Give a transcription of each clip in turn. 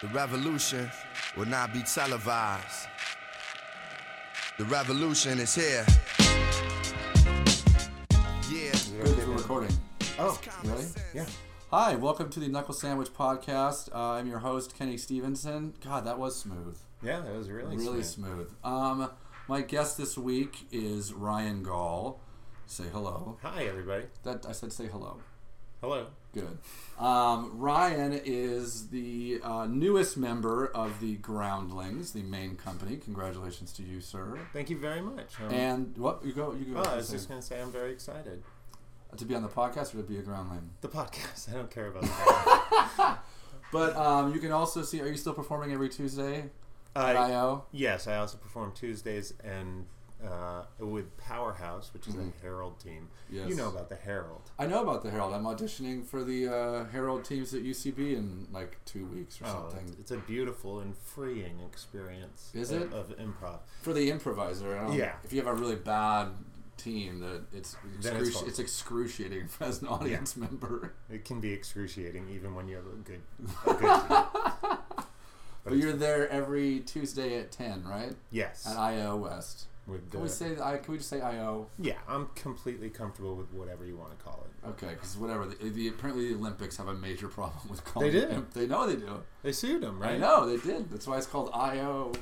The revolution will not be televised. The revolution is here. Yeah. Good, we're recording. Oh, Really? yeah. Hi, welcome to the Knuckle Sandwich Podcast. Uh, I'm your host, Kenny Stevenson. God, that was smooth. Yeah, that was really, Really smooth. smooth. Um, my guest this week is Ryan Gall. Say hello. Hi, everybody. That I said say hello. Hello. Good. Um, Ryan is the uh, newest member of the Groundlings, the main company. Congratulations to you, sir. Thank you very much. Um, And what you go? You go. well, I was to, just going to say I'm very excited. to be on the podcast or to be a groundling. The podcast. I don't care about the podcast. But um, you can also see. Are you still performing every Tuesday at I, IO? yes, I also perform Tuesdays and uh, with Powerhouse, which is the Herald team. Mm-hmm. Yes. You know about the Herald. I know about the Herald. I'm auditioning for the uh, Herald teams at UCB in like two weeks or Oh, something. it's, it's a beautiful and freeing experience. Is of, it? of improv? For the improviser, I don't, Yeah. If you have a really bad team, that it's Then it's excruci- fun. it's, excruciating as an audience member. It can be excruciating even when you have a good, a good team. But you're there every Tuesday at ten, right? yes. At IO West. with Can we the- say I? Can we just say IO? Yeah, I'm completely comfortable with whatever you want to call it. Okay, because whatever. The, the, apparently, the Olympics have a major problem with calling. do. it- They know they do. They sued him, right? I know they did. That's why it's called IO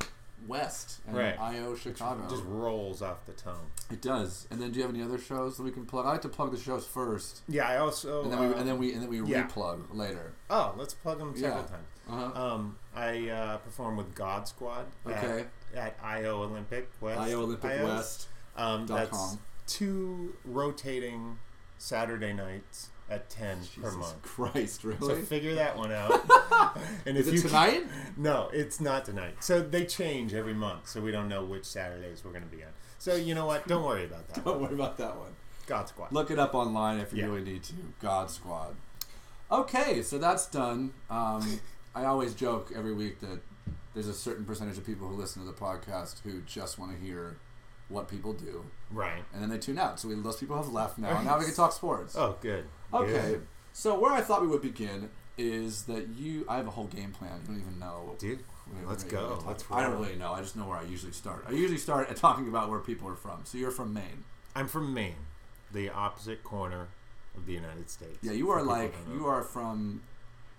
West and Right. IO Chicago. Just rolls off the tongue. It does. And then do you have any other shows that we can plug? I like to plug the shows first, Yeah, I also. and then we uh, and then we and then we yeah. replug later. oh, let's plug them several Yeah. times. Uh-huh. Um, I uh, perform with God Squad. at- Okay. At, IO Olympic West. IO Olympic IO? West. Um, dot that's com. two rotating Saturday nights at ten per Jesus month. Christ, So really? figure that one out. and Is if it you tonight? No, it's not tonight. So they change every month, so we don't know which Saturdays we're going to be on. So you know what? Don't worry about that. Don't worry Oh, about that one. God Squad. Look it up online if you Yeah. really need to. God Squad. Okay, so that's done. Um, I always joke every week that there's a certain percentage of people who listen to the podcast who just want to hear what people do, Right. and then they tune out. So we, those people have left now, and now we can talk sports. Oh, good. Okay. Good. So where I thought we would begin is that you I have a whole game plan. You don't even know what Dude, we- let's we're gonna go. talk Let's about. I don't roll. really know. I just know where I usually start. I usually start at talking about where people are from. So you're from Maine. I'm from Maine, the opposite corner of the United States. Yeah, you are like you are from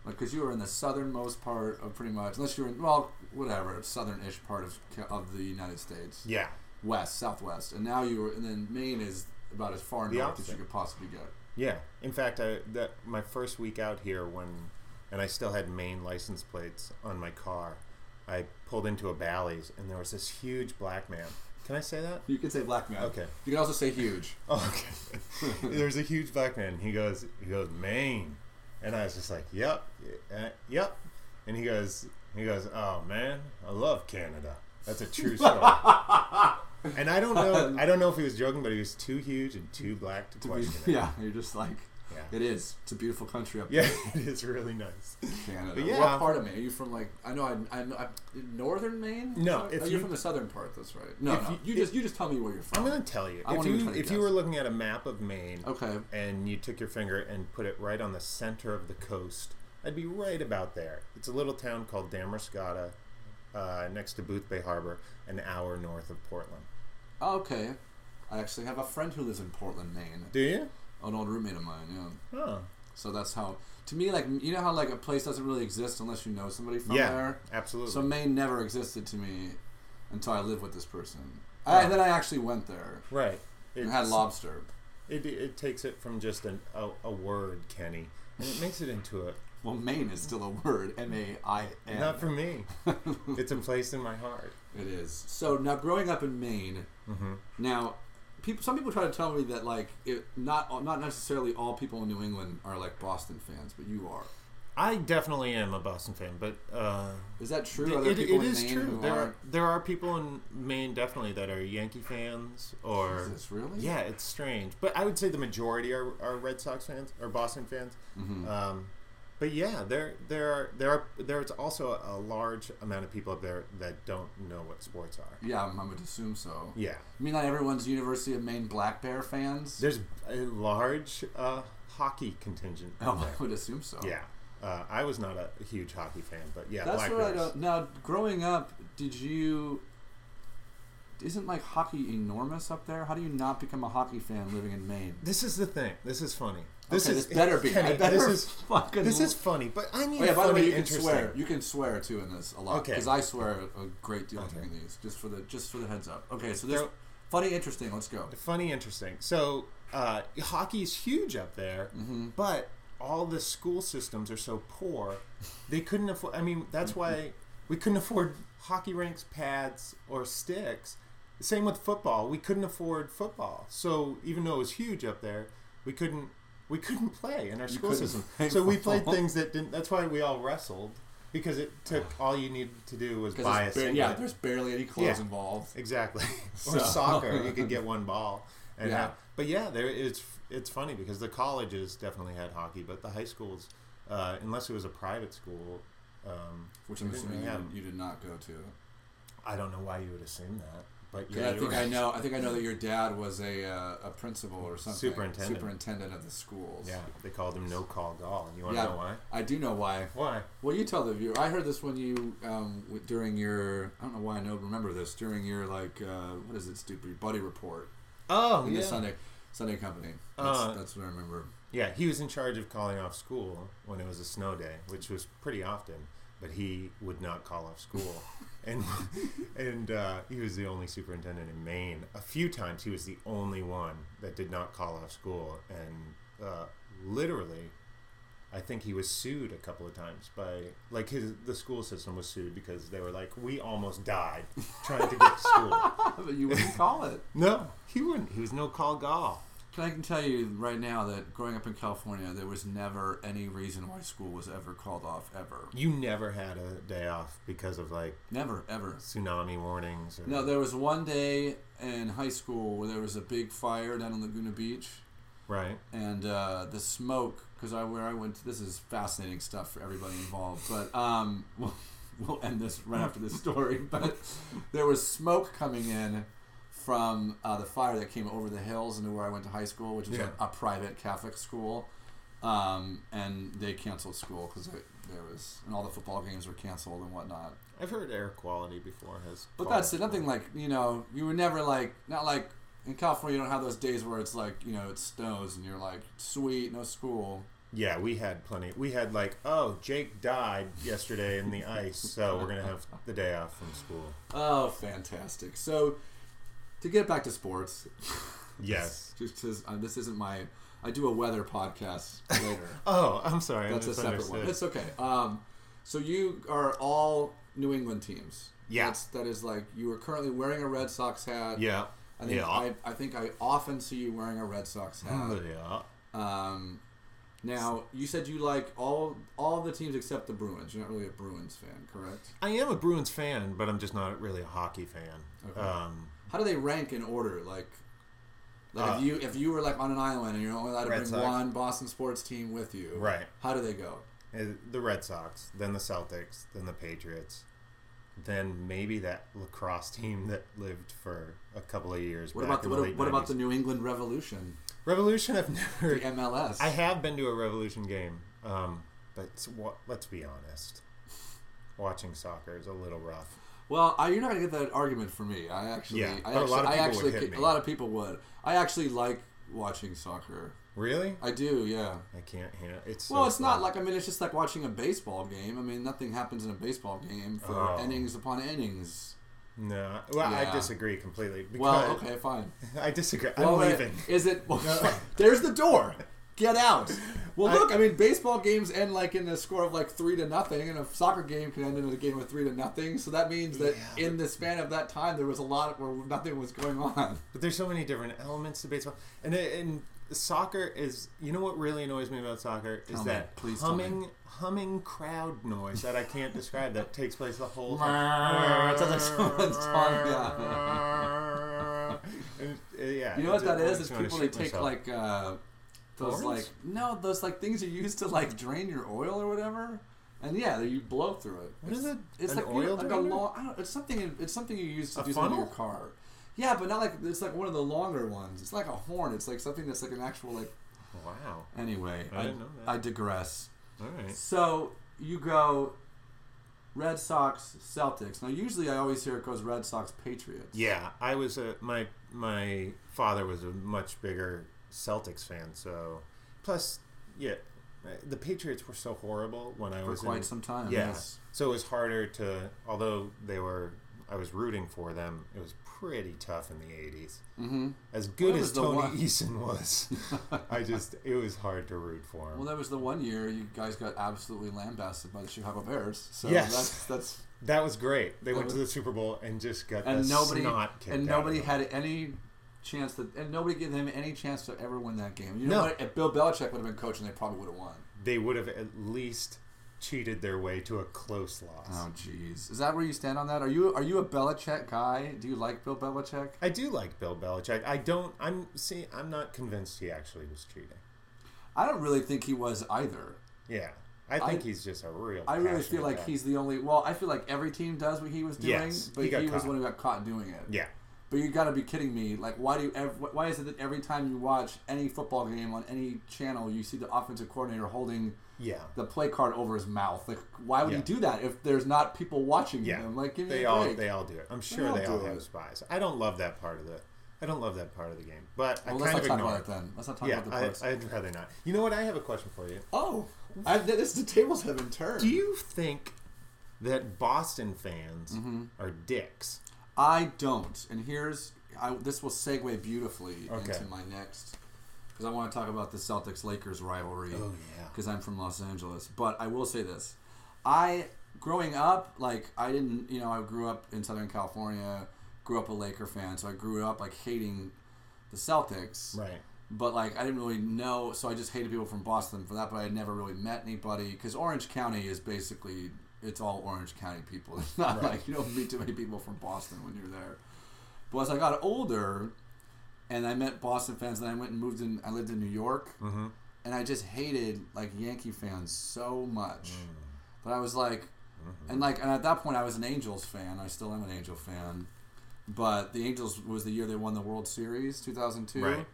like cuz you are in the southernmost part of pretty much unless you're in well whatever, southern-ish part of Ca- of the United States. Yeah. West, southwest. And now you are and then Maine is about as far The north as opposite. you could possibly get. Yeah. In fact, I that my first week out here when, and I still had Maine license plates on my car. I pulled into a Bally's and there was this huge black man. Can I say that? You could say black man. Okay. You can also say huge. Oh, okay. There's a huge black man. He goes, he goes Maine, and I was just like, yep, uh, yep. And he goes, he goes, oh man, I love Canada. That's a true story. and I don't know, I don't know if he was joking, but he was too huge and too black to, question it. yeah, you're just like Yeah. it is. It's a beautiful country up Yeah, it is really nice. Canada. But yeah. What part of Maine? Are you from like I know I'm, I'm, i northern Maine. No, Oh, if you're you- from the southern part. That's right. No, If no. you- You, just you just tell me where you're I'm from. gonna tell you. I if won't even you try to if you guess. were looking at a map of Maine okay. and you took your finger and put it right on the center of the coast, I'd be right about there. It's a little town called Damariscotta, uh, next to Booth Bay Harbor, an hour north of Portland. Oh, Okay. I actually have a friend who lives in Portland, Maine. Do you? An old roommate of mine. Yeah. Huh. So that's how. To me, like you know how like a place doesn't really exist unless you know somebody from yeah, there. absolutely. So Maine never existed to me until I lived with this person. I, and then I actually went there right. It, and had lobster. it, it takes it from just an, a, a word, Kenny, and it makes it into a. Well, Maine is still a word. M A I N. Not for me. it's a place in my heart. It is. So now, growing up in Maine, Mm-hmm. now people, some people try to tell me that like it, not all- not necessarily all people in New England are like Boston fans, but you are. I definitely am a Boston fan, but uh, Is that true? Are there it, it people in is Maine true. who There are? are, there are people in Maine definitely that are Yankee fans or Is this really? Yeah, it's strange, but I would say the majority are, are Red Sox fans or Boston fans. Mm-hmm. Um, but yeah, there there are there are there's also a large amount of people up there that don't know what sports are. Yeah, I'm- I would assume so. Yeah, I mean, not everyone's University of Maine Black Bear fans. there's a large uh, hockey contingent. Oh, up I would assume so. there. yeah, Uh, I was not a huge hockey fan, but yeah, That's Black what I Bears. don't. Now, growing up, did you? Isn't like hockey enormous up there? How do you not become a hockey fan living in Maine? This is the thing. This is funny. This Okay, is this better be. I Kenny, better this is fucking This lo- is funny, but I need Oh yeah, by the funny, way, you can interesting. swear. You can swear too in this a lot Okay. because I swear a great deal during these. Just for the just for the heads up. Okay, so this Now- funny, interesting. Let's go. Funny, interesting. So uh, hockey's huge up there, Mm-hmm. but all the school systems are so poor they couldn't afford. I mean, that's Mm-hmm. why we couldn't afford hockey rinks, pads, or sticks. Same with football. We couldn't afford football. So even though it was huge up there, we couldn't we couldn't play in our school couldn't system. play So we played football. things that didn't. That's why we all wrestled because it took all you needed to do was 'Cause buy a it's ba- singlet. yeah, there's barely any clothes Yeah. involved. Exactly. So- or soccer, you could get one ball. And Yeah. have- but yeah, there it's it's funny because the colleges definitely had hockey, but the high schools, uh, unless it was a private school, um, Which I'm they didn't assuming you, have- did- you did not go to. I don't know why you would assume that. But 'Cause yeah, I you're think I right. know. I think I know that your dad was a uh, a principal or something. Superintendent. Superintendent of the schools. Yeah, they called him no call gall. You want to Yeah. know why? I do know why. Why? Well, you tell the viewer. I heard this when you um, w- during your. I don't know why I don't remember this during your like uh, what is it? Stupid buddy report Oh in yeah. the Sunday Sunday Company. That's, Uh, that's what I remember. Yeah, he was in charge of calling off school when it was a snow day, which was pretty often. But he would not call off school, and and uh, he was the only superintendent in Maine. A few times he was the only one that did not call off school, and uh, literally, I think he was sued a couple of times by like his the school system was sued because they were like we almost died trying to get to school. But you wouldn't call it. No, he wouldn't. He was no call gall. Can I can tell you right now that growing up in California, there was never any reason why school was ever called off ever. You never had a day off because of like Never ever. tsunami warnings. Or, No, there was one day in high school where there was a big fire down on Laguna Beach. right. and uh, the smoke because I where I went to, this is fascinating stuff for everybody involved. But um, we'll, we'll end this right after this story. But there was smoke coming in from uh, the fire that came over the hills into where I went to high school, which was Yeah. a, a private Catholic school, um, and they canceled school because there was and all the football games were canceled and whatnot. I've heard air quality before has. But fallen. that's it. Nothing like you know. You were never like not like in California. You don't have those days where it's like you know it snows and you're like sweet no school. Yeah, we had plenty. We had like, oh, Jake died yesterday in the ice, so we're gonna have the day off from school. Oh, fantastic! So to get back to sports, Yes. just 'cause, uh, this isn't my. I do a weather podcast later. Oh, I'm sorry. I That's a separate one. misunderstood. It's okay. Um, so you are all New England teams. Yeah. That's, that is like you are currently wearing a Red Sox hat. Yeah. I think yeah. I, I think I often see you wearing a Red Sox hat. Oh, yeah. Um, now you said you like all all the teams except the Bruins. You're not really a Bruins fan, correct? I am a Bruins fan, but I'm just not really a hockey fan. Okay. Um, How do they rank in order? Like, like Uh, if you if you were like on an island and you're only allowed to Red bring Sox. one Boston sports team with you, Right. How do they go? Uh, the Red Sox, then the Celtics, then the Patriots, then maybe that lacrosse team that lived for a couple of years. What back about the, in what, late what about the 90s. New England Revolution, Revolution? I've the never. MLS? I have been to a Revolution game, um, but s- wa- let's be honest, watching soccer is a little rough. well, I, you're not gonna get that argument from me. I actually, Yeah, I but a actually, lot of I people actually would hit ca- me. a lot of people would. I actually like watching soccer. Really? I do, yeah. I can't handle it's so Well, it's not slow. like I mean, it's just like watching a baseball game. I mean, nothing happens in a baseball game for Oh. innings upon innings. no. Well, Yeah. I disagree completely. Because Well, okay, fine. I disagree. Well, I'm wait, leaving. Is it? Well, there's the door. Get out. Well, I- look. I, mean, baseball games end like in a score of like three to nothing, and a soccer game can end in a game of three to nothing. So that means that Yeah. in the span of that time, there was a lot where nothing was going on. But there's so many different elements to baseball, and and soccer is. You know what really annoys me about soccer is Tell me. that Please tell me. humming humming crowd noise that I can't describe that takes place the whole time. It sounds like someone's tongue, yeah. And, uh, yeah. You know it what just that is? makes It's me wanna people they shoot take myself. like uh, those Thorns? like no those like things you use to like drain your oil or whatever, and yeah, you blow through it. What is It's- it? It's An like, you know, oil like a drainer? long. I don't, it's something. It's something you use to A do something to your funnel? car. Yeah, but not like it's like one of the longer ones. It's like a horn. It's like something that's like an actual like. Wow. Anyway, I didn't know that. I digress. All right. So you go Red Sox, Celtics. Now, usually I always hear it goes Red Sox, Patriots. Yeah, I was a my my father was a much bigger Celtics fan. So plus, yeah, the Patriots were so horrible when I For was quite in, some time, Yeah, yes. so it was harder to. Although they were, I was rooting for them. It was pretty tough in the '80s. Mm-hmm. As good Well, it as was the Tony one- Eason was, I just it was hard to root for him. Well, that was the one year you guys got absolutely lambasted by the Chicago Bears. So Yes. that's that's That was great. They went was- to the Super Bowl and just got and the nobody snot kicked and out of nobody them. had any chance that and nobody gave them any chance to ever win that game. You know No. what? If Bill Belichick would have been coaching, they probably would have won. They would have at least cheated their way to a close loss. Oh, jeez. Is that where you stand on that? Are you are you a Belichick guy? Do you like Bill Belichick? I do like Bill Belichick. I don't. I'm see. I'm not convinced he actually was cheating. I don't really think he was either. Yeah, I think I- he's just a real. I really passionate feel like guy. he's the only. Well, I feel like every team does what he was doing, Yes, but he he, got was caught. the one who got caught doing it. Yeah, But you got to be kidding me! Like, why do you? Ev- why is it that every time you watch any football game on any channel, you see the offensive coordinator holding yeah. the play card over his mouth? Like, why would Yeah. he do that if there's not people watching Yeah, him? Like, give me they a all break. they all do it. I'm sure all they all, do have it. spies. I don't love that part of the. I don't love that part of the game, but well, I let's kind not of talk ignore about it. it then. Let's not talk Yeah, about the I, parts. I'd rather not. You know what? I have a question for you. oh, I, this the tables have been turned. Do you think that Boston fans Mm-hmm. are dicks? I don't. And here's I, this will segue beautifully Okay. into my next because I want to talk about the Celtics Lakers rivalry. Oh, yeah. Because I'm from Los Angeles, but I will say this: I growing up, like I didn't, you know, I grew up in Southern California, grew up a Laker fan, so I grew up like hating the Celtics Right. but like I didn't really know, so I just hated people from Boston for that. But I had never really met anybody because Orange County is basically it's all Orange County people. It's not like you don't meet too many people from Boston when you're there. But as I got older, and I met Boston fans, and I went and moved in. I lived in New York, and I just hated like Yankee fans so much. But I was like, and like, and at that point, I was an Angels fan. I still am an Angel fan. But the Angels was the year they won the World Series, 2002. Right.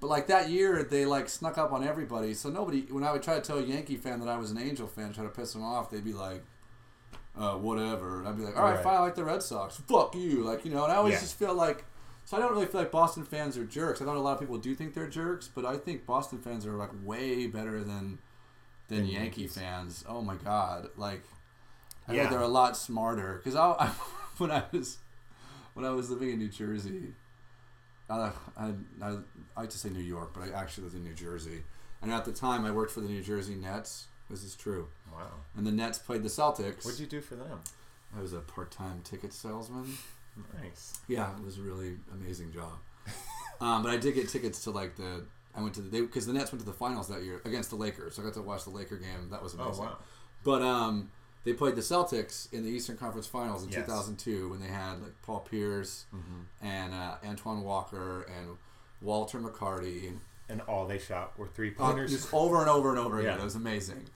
But like that year, they like snuck up on everybody. So nobody, when I would try to tell a Yankee fan that I was an Angel fan, try to piss them off, they'd be like, uh, whatever. And I'd be like, all right, Right. fine, I like the Red Sox. Fuck you. Like, you know, and I always Yeah. just feel like, so I don't really feel like Boston fans are jerks. I know a lot of people do think they're jerks, but I think Boston fans are like way better than than Than Yankee Yankees. fans. Oh my God. Like, I Yeah. know they're a lot smarter. Because I, I, when I was when I was living in New Jersey, uh, I, I, I like to say New York, but I actually lived in New Jersey. And at the time, I worked for the New Jersey Nets. This is true. Wow. And the Nets played the Celtics. What'd you do for them? I was a part-time ticket salesman. Nice. Yeah, it was a really amazing job. um, but I did get tickets to like the. I went to the because the Nets went to the finals that year against the Lakers. So I got to watch the Laker game. That was Oh amazing. wow. But um, they played the Celtics in the Eastern Conference Finals in Yes. Mm-hmm. 2002 when they had like Paul Pierce and uh, Antoine Walker and Walter McCarty. And all they shot were three Uh, pointers. just over and over and over again. Yeah. It was amazing.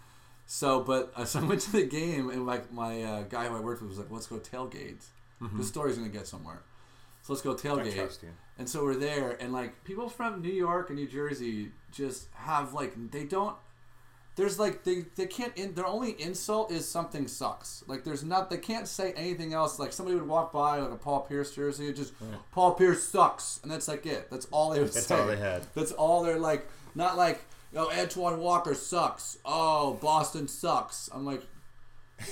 So, but uh, so I went to the game, and like my uh, guy who I worked with was like, "Let's go tailgate." Mm-hmm. This story's gonna get somewhere. So let's go I tailgate. trust you. And so we're there, and like people from New York and New Jersey just have like they don't. There's like they they can't. In, their only insult is something sucks. Like there's not. They can't say anything else. Like somebody would walk by like a Paul Pierce jersey, and just Paul Pierce sucks, and that's like it. That's all they would That's say. all they had. That's all they're like. Not like oh Antoine Walker sucks. Oh Boston sucks. I'm like,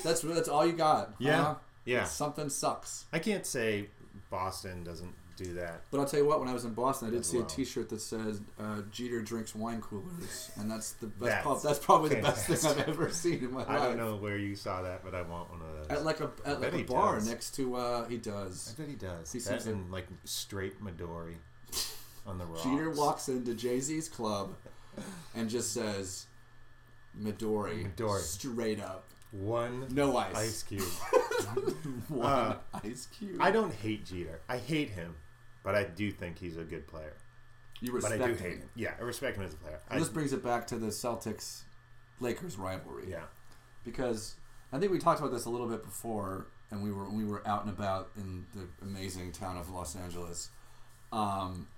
that's that's all you got. Yeah. huh? Yeah. Something sucks. I can't say Boston doesn't do that. But I'll tell you what, when I was in Boston, I did see well. a T-shirt that says uh, "Jeter drinks wine coolers," and that's the best. That's prob- that's probably the best thing I've fantastic. ever seen in my I life. don't know where you saw that, but I want one of those. At like a at bet like a he bar does. next to uh, he does. I bet he does. He that seems like- and like straight Midori on the rocks. Jeter walks into Jay Z's club and just says, "Midori, Midori. straight up, one no ice, ice cube. one Uh, ice cube." I don't hate Jeter. I hate him, but I do think he's a good player. you But respect I do him. hate him. Yeah, I respect him as a player. I, And this brings it back to the Celtics Lakers rivalry. yeah, because I think we talked about this a little bit before, and we were we were out and about in the amazing town of Los Angeles. Um,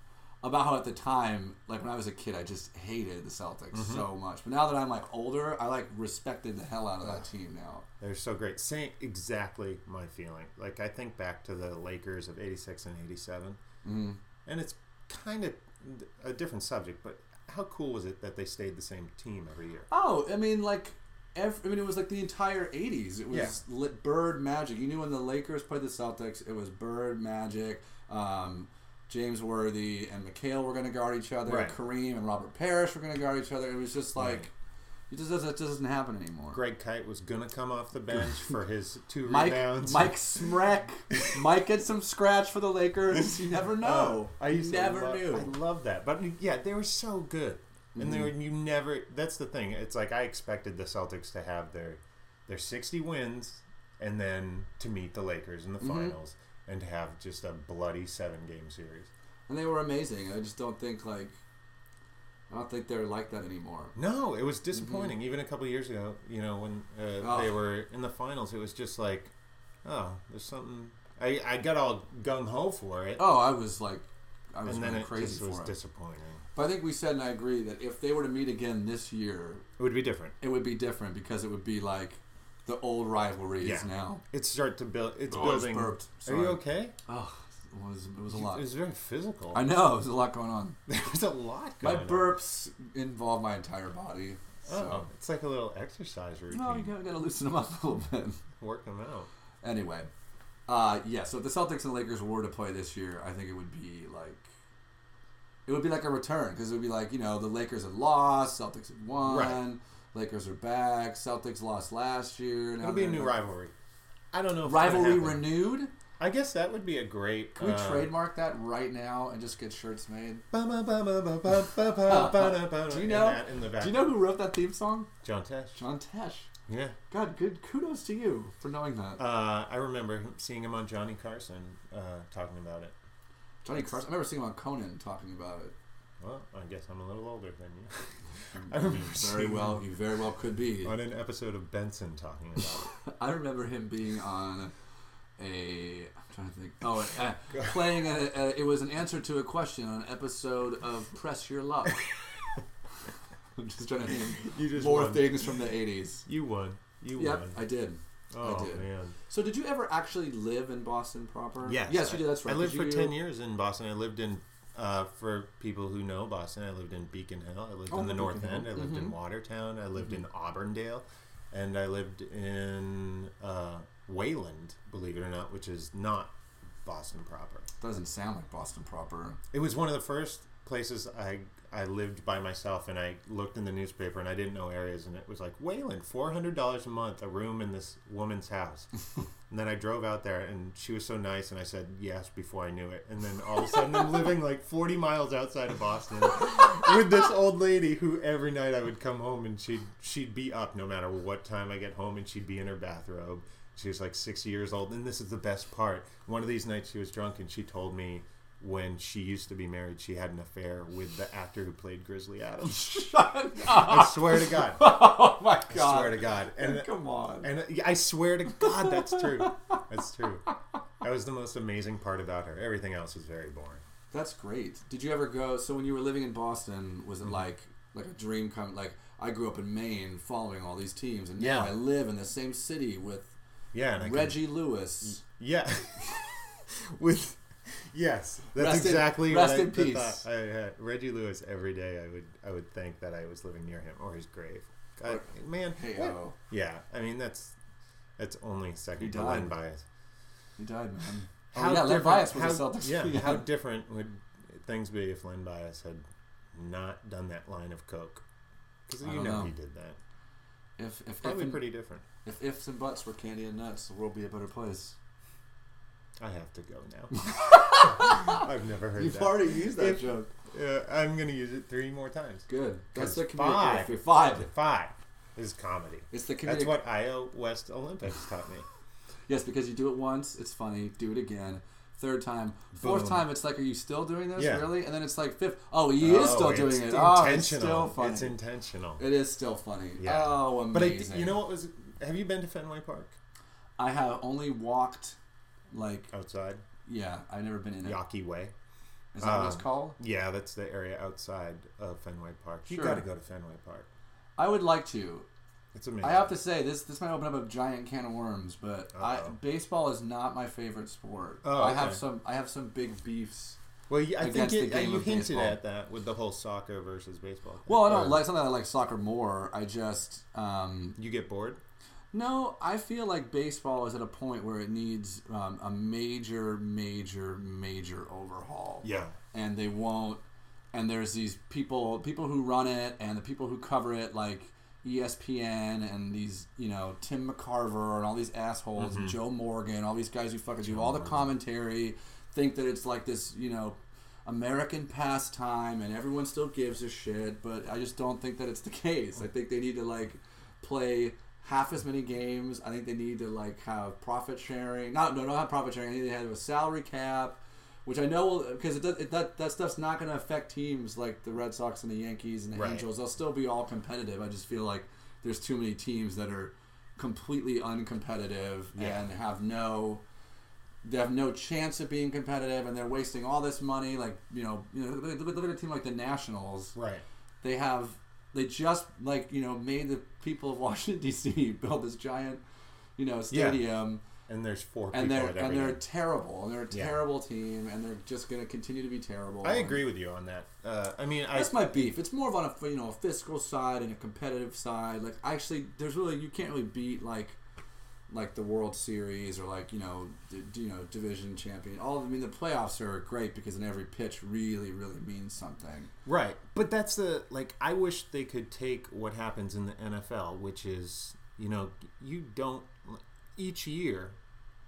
about how at the time, like when I was a kid, I just hated the Celtics so much. But now that I'm like older, I like respected the hell out of that team now. They're so great. Same exactly my feeling. Like I think back to the Lakers of '86 and '87, Mm. and it's kind of a different subject, but how cool was it that they stayed the same team every year? Oh, I mean, like, ev I mean, it was like the entire '80s. It was Yeah. lit Bird Magic. You knew when the Lakers played the Celtics, it was Bird Magic. Um, James Worthy and McHale were going to guard each other. Right. Kareem and Robert Parrish were going to guard each other. It was just like, Right. it just doesn't, it doesn't happen anymore. Greg Kite was gonna come off the bench for his two Mike, rebounds. Mike Smrek might get some scratch for the Lakers. You never know. Oh, I used to never love- knew. I love that, but yeah, they were so good, and they were Mm-hmm. you never. That's the thing. It's like I expected the Celtics to have their their sixty wins, and then to meet the Lakers in the Mm-hmm. finals, and to have just a bloody seven game series. and they were amazing. I just don't think like, I don't think they're like that anymore. No, it Mm-hmm. was disappointing. Even a couple years ago, you know, when uh, Oh. they were in the finals, it was just like, oh, there's something. I, I got all gung ho for it, Oh, I was like, I was and then going it crazy just for was it. disappointing. but I think we said and I agree that if they were to meet again this year, It would be different. it would be different because it would be like the old rivalry is Yeah. now. It start to build. It's Oh, I building. burped. Are you Sorry. okay? Oh, it was it was a You- lot. It was very physical. I know it was a lot going on. There was a lot My going on. burps involve my entire body. So. Oh, it's like a little exercise routine. No, Oh, you gotta, gotta loosen them up a little bit. Work them out. Anyway, uh, yeah. So if the Celtics and Lakers were to play this year, I think it would be like it would be like a return because it would be like you know the Lakers had lost, Celtics had won, Right. Lakers are back, Celtics lost last year. now It'll be a they're- new rivalry. I don't know. If that'd rivalry happen. renewed. I guess that would be a great. Can we uh, trademark that right now and just get shirts made? ba- ba- ba- ba- ba- ba- ba- ba- ba- ba- Uh, Do you and know- that in the back? Do you know who wrote that theme song? John Tesh? John Tesh. Yeah. God, good kudos to you for knowing that. Uh, I remember him- seeing him on Johnny Carson uh, talking about it. Johnny Carson. I remember seeing him on Conan talking about it. Well, I guess I'm a little older than you. I remember Very seeing well, you very well could be. him on an episode of Benson talking about it. I remember him being on a. I'm trying to think. Oh, uh, playing a, a. It was an answer to a question on an episode of Press Your Luck. I'm just trying to think You just more won. things from the 80s. You won. You Yep, won. I did. oh did. man. So, did you ever actually live in Boston proper? Yes. Yes, you did. That's right. I lived Did for you- ten years in Boston. I lived in, uh, for people who know Boston, I lived in Beacon Hill. I lived Oh, in the Beacon North Hill. Mm-hmm. End. I lived in Watertown. I lived in Auburndale, and I lived in uh, Wayland. Believe it or not, which is not Boston proper. Doesn't sound like Boston proper. It was one of the first places I I lived by myself, and I looked in the newspaper, and I didn't know areas, and it was like Wayland, four hundred dollars a month, a room in this woman's house. and then I drove out there, and she was so nice, and I said yes before I knew it, and then all of a sudden I'm living like forty miles outside of Boston with this old lady who every night I would come home, and she'd she'd be up no matter what time I get home, and she'd be in her bathrobe. She was like 60 years old, and this is the best part. One of these nights she was drunk, and she told me when she used to be married, she had an affair with the actor who played Grizzly Adams. I swear to God. Oh my I swear to God. And, Come on. and uh, I swear to God, that's true. That's true. That was the most amazing part about her. Everything else was very boring. That's great. Did you ever go? So when you were living in Boston, was Mm-hmm. it like like a dream come? Like I grew up in Maine, following all these teams, and now Yeah. I live in the same city with Yeah. And I could- Reggie Lewis. yeah. With. Yes, that's Rest in- exactly rest what I, in the peace. thought I had. Reggie Lewis. Every day, I would I would think that I was living near him or his grave. God, man, Hey, what- oh, Yeah, I mean that's that's only second to died. Len bias. he died, man. oh yeah, Len Mm. different- Bias was how- a Celtics. Yeah, how different would things be if Len Bias had not done that line of coke? Because I you know, don't know. he did that. if if if, Probably and, pretty different. if ifs and buts were candy and nuts, the world would be a better place. I have to go now. I've never heard that. used that joke. Uh, I'm gonna use it three more times. Good. That's the comedic five. five. five. Five is comedy. It's the comedic. That's what Io West Olympics taught me. Yes, because you do it once, it's funny. Do it again. Third time, fourth Boom. time, it's like, are you still doing this? Yeah. Really? And then it's like fifth. Oh, he is Oh, still it's doing it. Intentional. Oh, it's still funny. It's intentional. it is still funny. Yeah. Oh, But I, amazing. you know what was? Have you been to Fenway Park I have only walked, like, outside yeah, I've never been in it. Yaki Way? Is that what it's Um, called? Yeah, that's the area outside of Fenway Park. You Sure. got to go to Fenway Park. I would like to. It's amazing. I have to say this this might open up a giant can of worms, but I, Uh-oh. baseball is not my favorite sport. Oh, I have okay. some I have some big beefs. Well, you- I think against it, the game you of hinted baseball. at that with the whole soccer versus baseball. Thing. Well, I don't Or like something I like soccer more. I just um, You get bored. no, I feel like baseball is at a point where it needs um, a major, major, major overhaul. Yeah. and they won't. And there's these people, people who run it, and the people who cover it, like E ESPN and these, you know, Tim McCarver and all these assholes, and Joe Morgan, all these guys who fucking do all the commentary, think that it's like this, you know, American pastime, and everyone still gives a shit. But I just don't think that it's the case. I think they need to like play half as many games. I think they need to like have profit sharing. Not no, not have profit sharing. I think they had a salary cap which I know will because it, does- it that that stuff's not going to affect teams like the Red Sox and the Yankees and the Right. Angels. They'll still be all competitive. I just feel like there's too many teams that are completely uncompetitive Yeah. and have no they have no chance of being competitive and they're wasting all this money like you know you know look, look, look at a team like the Nationals Right. they have they just like you know made the people of Washington DC build this giant you know stadium And there's four. and people they're at and they're every game. terrible and they're a Yeah. terrible team and they're just going to continue to be terrible. I agree with you on that. Uh, I mean, I That's my beef. It's more of on a you know a fiscal side and a competitive side. Like actually, there's really you can't really beat like like the World Series or like you know d- d- you know division champion. All of, I mean the playoffs are great because in every pitch really really means something. Right. But that's the like I wish they could take what happens in the NFL, which is, you know, you don't each year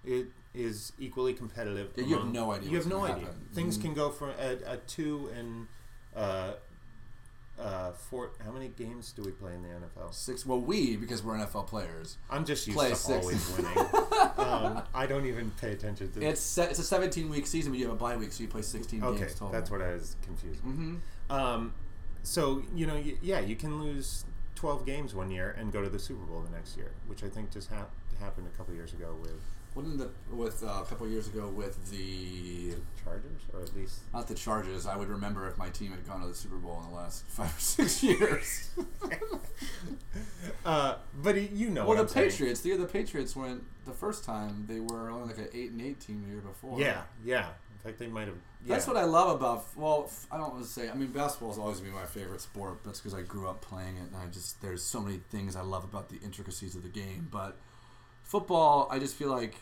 it is equally competitive. Yeah, you have no idea You have what's no gonna idea. happen. Mm-hmm. Things can go from a, a 2 and uh uh four how many games do we play in the NFL? Six. Well, we because we're NFL players. I'm just used Play to six. always winning. um, I don't even pay attention to It's se- it's a 17 week season, but you have a bye week, so you play 16 Okay, games total. that's what I was confused. with. Mhm. Um, so you know, y- yeah, you can lose twelve games one year and go to the Super Bowl the next year, which I think just hap- happened a couple years ago with Wasn't the with uh, a couple of years ago with the Chargers, or at least Not the Chargers. I would remember if my team had gone to the Super Bowl in the last five or six years. uh, but y- you know well, what the I'm saying. Patriots. The year the Patriots went the first time, they were only like an eight and eight team the year before. Yeah, yeah. In fact, they might have. Yeah. That's what I love about. Well, f- I don't want to say. I mean, basketball has always been my favorite sport. That's because I grew up playing it, and I just there's so many things I love about the intricacies of the game. But football, I just feel like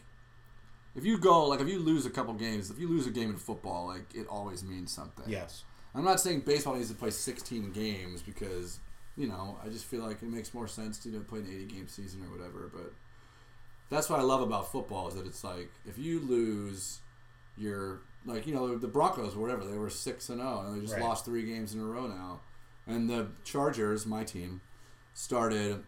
if you go like if you lose a couple games, if you lose a game in football, like it always means something. Yes. I'm not saying baseball needs to play 16 games because you know I just feel like it makes more sense to you know, play an 80 game season or whatever. But that's what I love about football is that it's like if you lose, you're like you know the Broncos or whatever they were six and zero and they just Right. lost three games in a row now, and the Chargers, my team, started.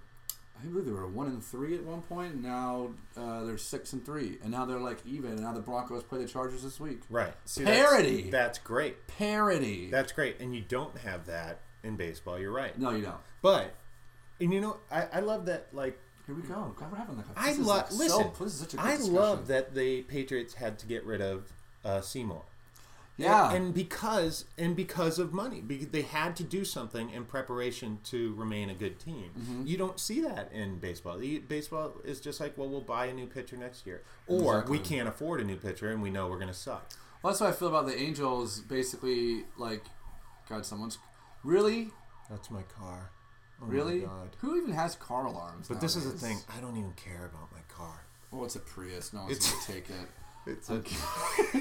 I believe they were one and three at one point. and Now uh, they're six and three, and now they're like even. And now the Broncos play the Chargers this week. Right. See, Parody! That's, that's great. Parody. That's great, and you don't have that in baseball. You're right. no, you don't. But, and you know, I, I love that. Like Here we go. God, we're having like a. I this is, love. like, so- listen, this is such a good I discussion. love that the Patriots had to get rid of uh, Seymour. Yeah, and because and because of money, because they had to do something in preparation to remain a good team. Mm-hmm. You don't see that in baseball. The- Baseball is just like, well, we'll buy a new pitcher next year, or we can't afford a new pitcher, and we know we're going to suck. well, that's what I feel about the Angels. Basically, like, God, someone's really, That's my car. Oh my really. God. Who even has car alarms? But this is the nowadays? thing. I don't even care about my car. Well, it's a Prius. No one's It's- gonna take it. It's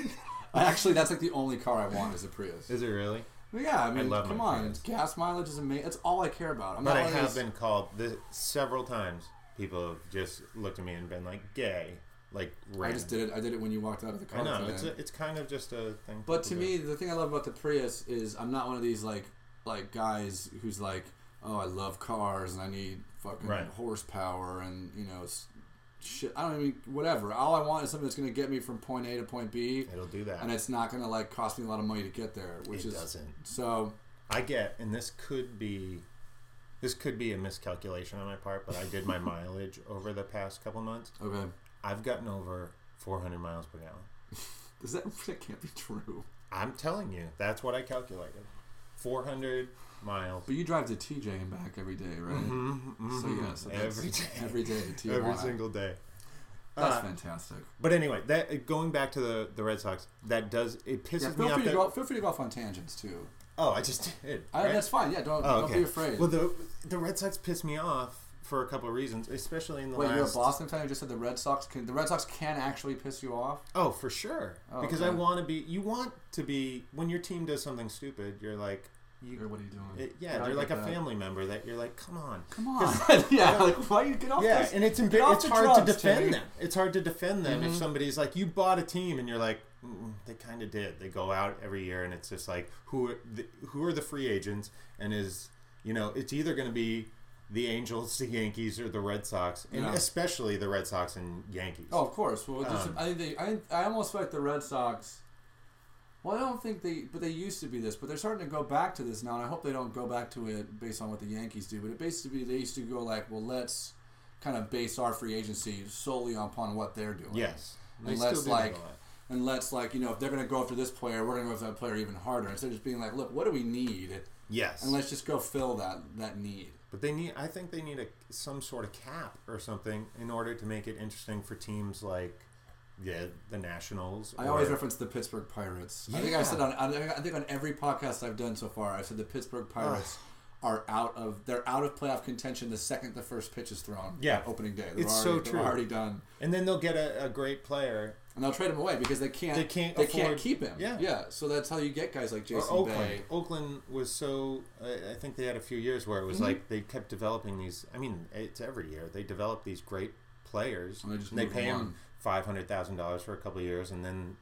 Actually, that's like the only car I want is a Prius. is it really? But yeah, I mean, love come my on, Prius. gas mileage is amazing. That's all I care about. I'm But not I one of have these- been called this, several times. People have just looked at me and been like, "Gay," like. I just did it. I did it when you walked out of the car. I know today. it's a, it's kind of just a thing. But to people me, do. the thing I love about the Prius is I'm not one of these like like guys who's like, oh, I love cars and I need fucking Right. horsepower and you know, s- shit. I don't even whatever. All I want is something that's gonna get me from point A to point B, it'll do that. and it's not gonna like cost me a lot of money to get there. Which it is doesn't. so I get, and this could be, this could be a miscalculation on my part, but I did my mileage over the past couple months. okay. I've gotten over 400 miles per gallon. Does that that can't be true? I'm telling you, that's what I calculated. 400 miles. But you drive to TJ and back every day, right? Mm-hmm, mm-hmm. So yeah, so that's every day, every day to Tijuana. every single day. That's Uh, fantastic. But anyway, that going back to the the Red Sox, that does it pisses Yeah, feel free me off. to That, go. feel free to go off on tangents too. oh, I just did. I, right? That's fine. Yeah, don't oh, don't okay. be afraid. Well, the the Red Sox pissed me off for a couple of reasons, especially in the Wait, last. you're a Boston fan who just said the Red Sox can the Red Sox can actually piss you off? Oh, for sure. Oh, because I okay. want to be. You want to be when your team does something stupid. You're like, Or you. what are you doing? It, yeah, I they're get like a that. family member that you're like, come on. Come on. yeah, like why you get off Yeah, this? and it's emba- Get off it's the hard to drugs, defend Timmy. them. It's hard to defend them if somebody's like, you bought a team, and you're like, Mm-mm, they kind of did. They go out every year, and it's just like, who are the, who are the free agents? And is you know, it's either going to be the Angels, the Yankees, or the Red Sox, and Yeah. especially the Red Sox and Yankees. Oh, of course. Well, just, Um, I think they. I, think- I almost feel like the Red Sox. Well, I don't think they, but they used to be this, but they're starting to go back to this now, and I hope they don't go back to it based on what the Yankees do. But it basically they used to go like, well, let's kind of base our free agency solely upon what they're doing. yes, They And let's still do that like, a lot. and let's like, you know, if they're going to go after this player, we're going to go after that player even harder instead of just being like, look, what do we need, yes, and let's just go fill that that need. But they need. I think they need a some sort of cap or something in order to make it interesting for teams like yeah, the Nationals. I or- always reference the Pittsburgh Pirates. I think Yeah. I've said on I think- I think on every podcast I've done so far, I've said the Pittsburgh Pirates are out of they're out of playoff contention the second the first pitch is thrown. Yeah. opening day. They're It's already, so they're true. Already done, and then they'll get a, a great player. and they'll trade him away because they can't They can't they can't afford- keep him. yeah. yeah. So that's how you get guys like Or Jason Oakland. Bay. Oakland was so. I I think they had a few years where it Mm-hmm. was like they kept developing these. I mean, it's every year they develop these great players. And they just move pay them them on. five hundred thousand dollars for a couple of years, and then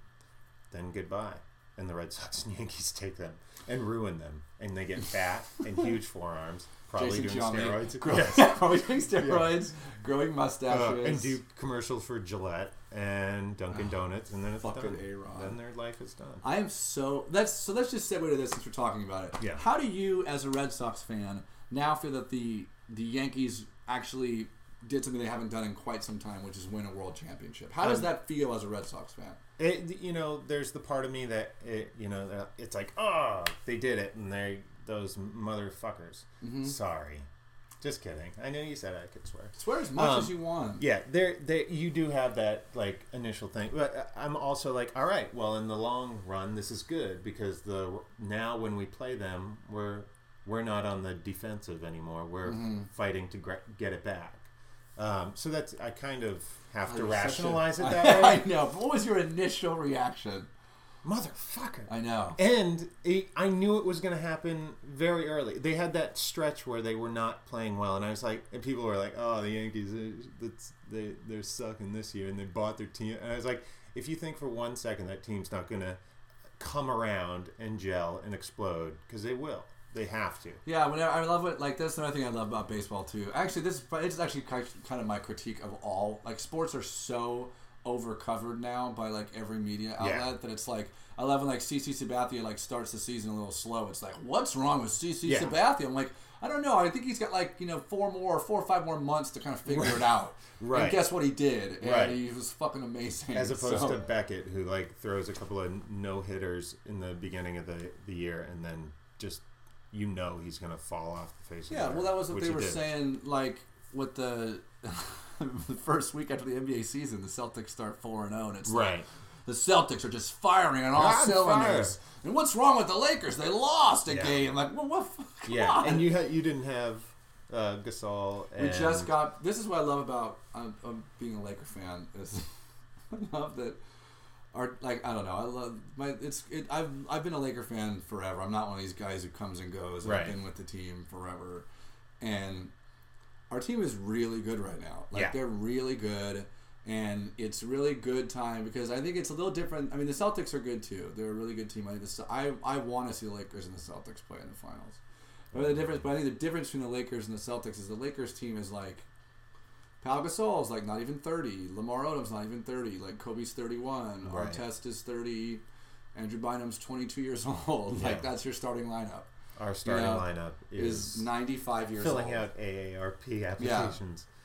then goodbye. And the Red Sox and Yankees take them and ruin them, and they get fat and huge forearms, probably Jason doing Giambi. steroids. Grow- Yes. probably doing steroids, growing Uh, mustaches, and do commercials for Gillette and Dunkin' Donuts, and then it's Fucking done. A-Rod. Then their life is done. I am so that's so. Let's just segue to this since we're talking about it. Yeah. How do you, as a Red Sox fan, now feel that the the Yankees actually did something they haven't done in quite some time, which is win a World Championship? How does Um, that feel as a Red Sox fan? It, you know, there's the part of me that it, you know, that it's like, oh, they did it, and they those motherfuckers. Mm-hmm. Sorry, just kidding. I know you said I could swear. Swear as much Um, as you want. Yeah, there, there, you do have that like initial thing, but uh, I'm also like, all right, well, in the long run, this is good because the now when we play them, we're we're not on the defensive anymore. We're Mm-hmm. fighting to gra- get it back. Um, so that's I kind of have to You're such a- rationalize it I- that way. I know. but What was your initial reaction? Motherfucker. I know. And it, I knew it was going to happen very early. They had that stretch where they were not playing well, and I was like, and people were like, "Oh, the Yankees, uh, that's they they're sucking this year," and they bought their team. And I was like, if you think for one second that team's not going to come around and gel and explode, because they will, they have to. Yeah, whenever I love what like that's another thing I love about baseball too. Actually, this is- it's actually ki- kind of my critique of all like sports are so overcovered now by like every media outlet Yeah. that it's like I love when like CC Sabathia like starts the season a little slow. It's like what's wrong with CC Yeah. Sabathia? I'm like I don't know. I think he's got like you know four more, four or five more months to kind of figure it out. Right. And guess what he did? And Right. He was fucking amazing. As opposed So- to Beckett, who like throws a couple of no hitters in the beginning of the, the year, and then just you know he's going to fall off the face. Yeah, of the well, earth, that was what which they he were did. saying. Like with the the first week after the NBA season, the Celtics start four and zero, and it's like, Right. the Celtics are just firing on all On cylinders. fire. And what's wrong with the Lakers? They lost a Yeah. game. Like, well, what? f- Come Yeah, on. and you had you didn't have uh, Gasol. And we just got. This is what I love about um, um, being a Laker fan is I love that. Our, like I don't know. I love my. It's it. I've I've been a Laker fan forever. I'm not one of these guys who comes and goes. Right. I've been with the team forever, and our team is really good right now. Like Yeah. they're really good, and it's really good time because I think it's a little different. I mean, the Celtics are good too. They're a really good team. I think the, Ce- I I want to see the Lakers and the Celtics play in the finals. But the difference, but I think the difference between the Lakers and the Celtics is the Lakers team is like. Pau Gasol's like not even thirty. Lamar Odom's not even thirty. Like Kobe's thirty-one. Right. Artest is thirty. Andrew Bynum's twenty-two years old. Yeah. Like that's your starting lineup. our starting you know, lineup is, Is ninety-five years filling old. out AARP applications.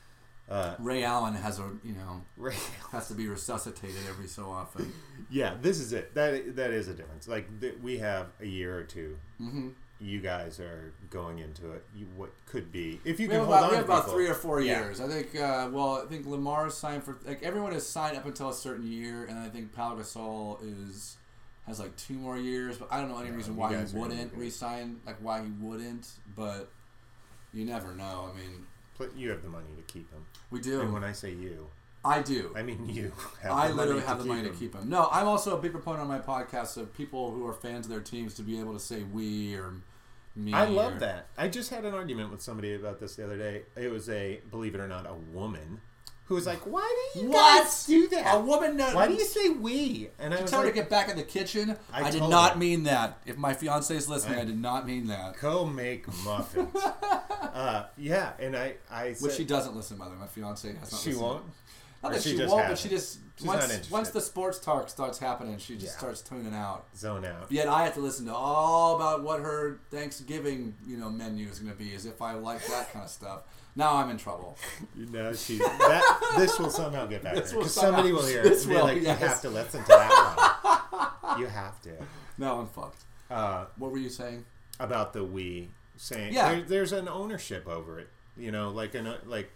Uh, Ray Allen has a you know Ray has to be resuscitated every so often. Yeah, this is it. That that is a difference. Like th- we have a year or 2 Mm-hmm. You guys are going into it. You, what could be if you We can have hold about, on we to have about people. three or four Yeah. years. I think. Uh, well, I think Lamar is signed for like everyone is signed up until a certain year, and I think Pau Gasol is has like two more years. But I don't know any Yeah, reason you why guys he are gonna wouldn't be good. re-sign. Like why he wouldn't, but you never know. I mean, But you have the money to keep them. we do. And when I say you, I do. I mean you. Have I the literally money have the money them. to keep him. No, I'm also a big proponent on my podcast of people who are fans of their teams to be able to say we or me. I or- love that. I just had an argument with somebody about this the other day. It was a believe it or not, a woman who was like, "Why do you What? guys do that? A woman knows. Why do you say we?" And I was tell her like, to get back in the kitchen? I I, did told not her. mean that. If my fiance is listening, I, I- did not mean that. "Go make muffins." uh, yeah, and I, I said, Which she doesn't listen, by the way. My fiance has not she listened. won't. Not Or that she she, just won't, but hasn't. she just She's not once interested. once the sports talk starts happening, she just Yeah. starts tuning out. Zone out. Yet I have to listen to all about what her Thanksgiving, you know, menu is going to be, as if I like that kind of stuff. Now I'm in trouble. You know, she that this will somehow get back This will because somehow- somebody will hear it this and be will, like, yes. "You have to listen to that one. you have to." Now I'm fucked. Uh, What were you saying? about the we saying Yeah. there, there's an ownership over it you know like an uh, like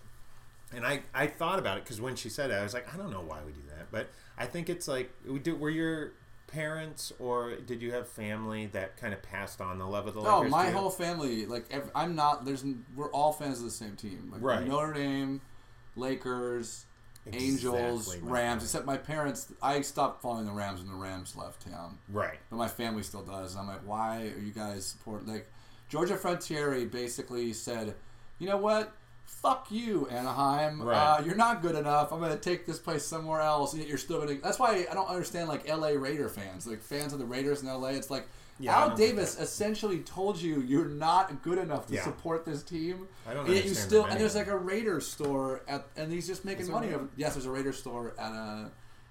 and i i thought about it because when she said it i was like i don't know why we do that but i think it's like we do were your parents or did you have family that kind of passed on the love of the No, Lakers Oh, my to you? whole family, like ev I'm not. There's, n- we're all fans of the same team. Like Right. Notre Dame, Lakers, Angels, Exactly my Rams. point. Except my parents, I stopped following the Rams when the Rams left town, right but my family still does. And I'm like, why are you guys support? Like Georgia Frontieri basically said, you know what? Fuck you, Anaheim. Right. Uh, you're not good enough. I'm gonna take this place somewhere else. And yet you're still gonna. That's why I don't understand like L.A. Raider fans, like fans of the Raiders in L.A. It's like Yeah, I Al don't get Davis essentially told you you're not good enough to Yeah. support this team. I don't And yet you understand still them and there's like anyway. a Raiders store at and he's just making Is there money. really? Of, yes, there's a Raiders store at a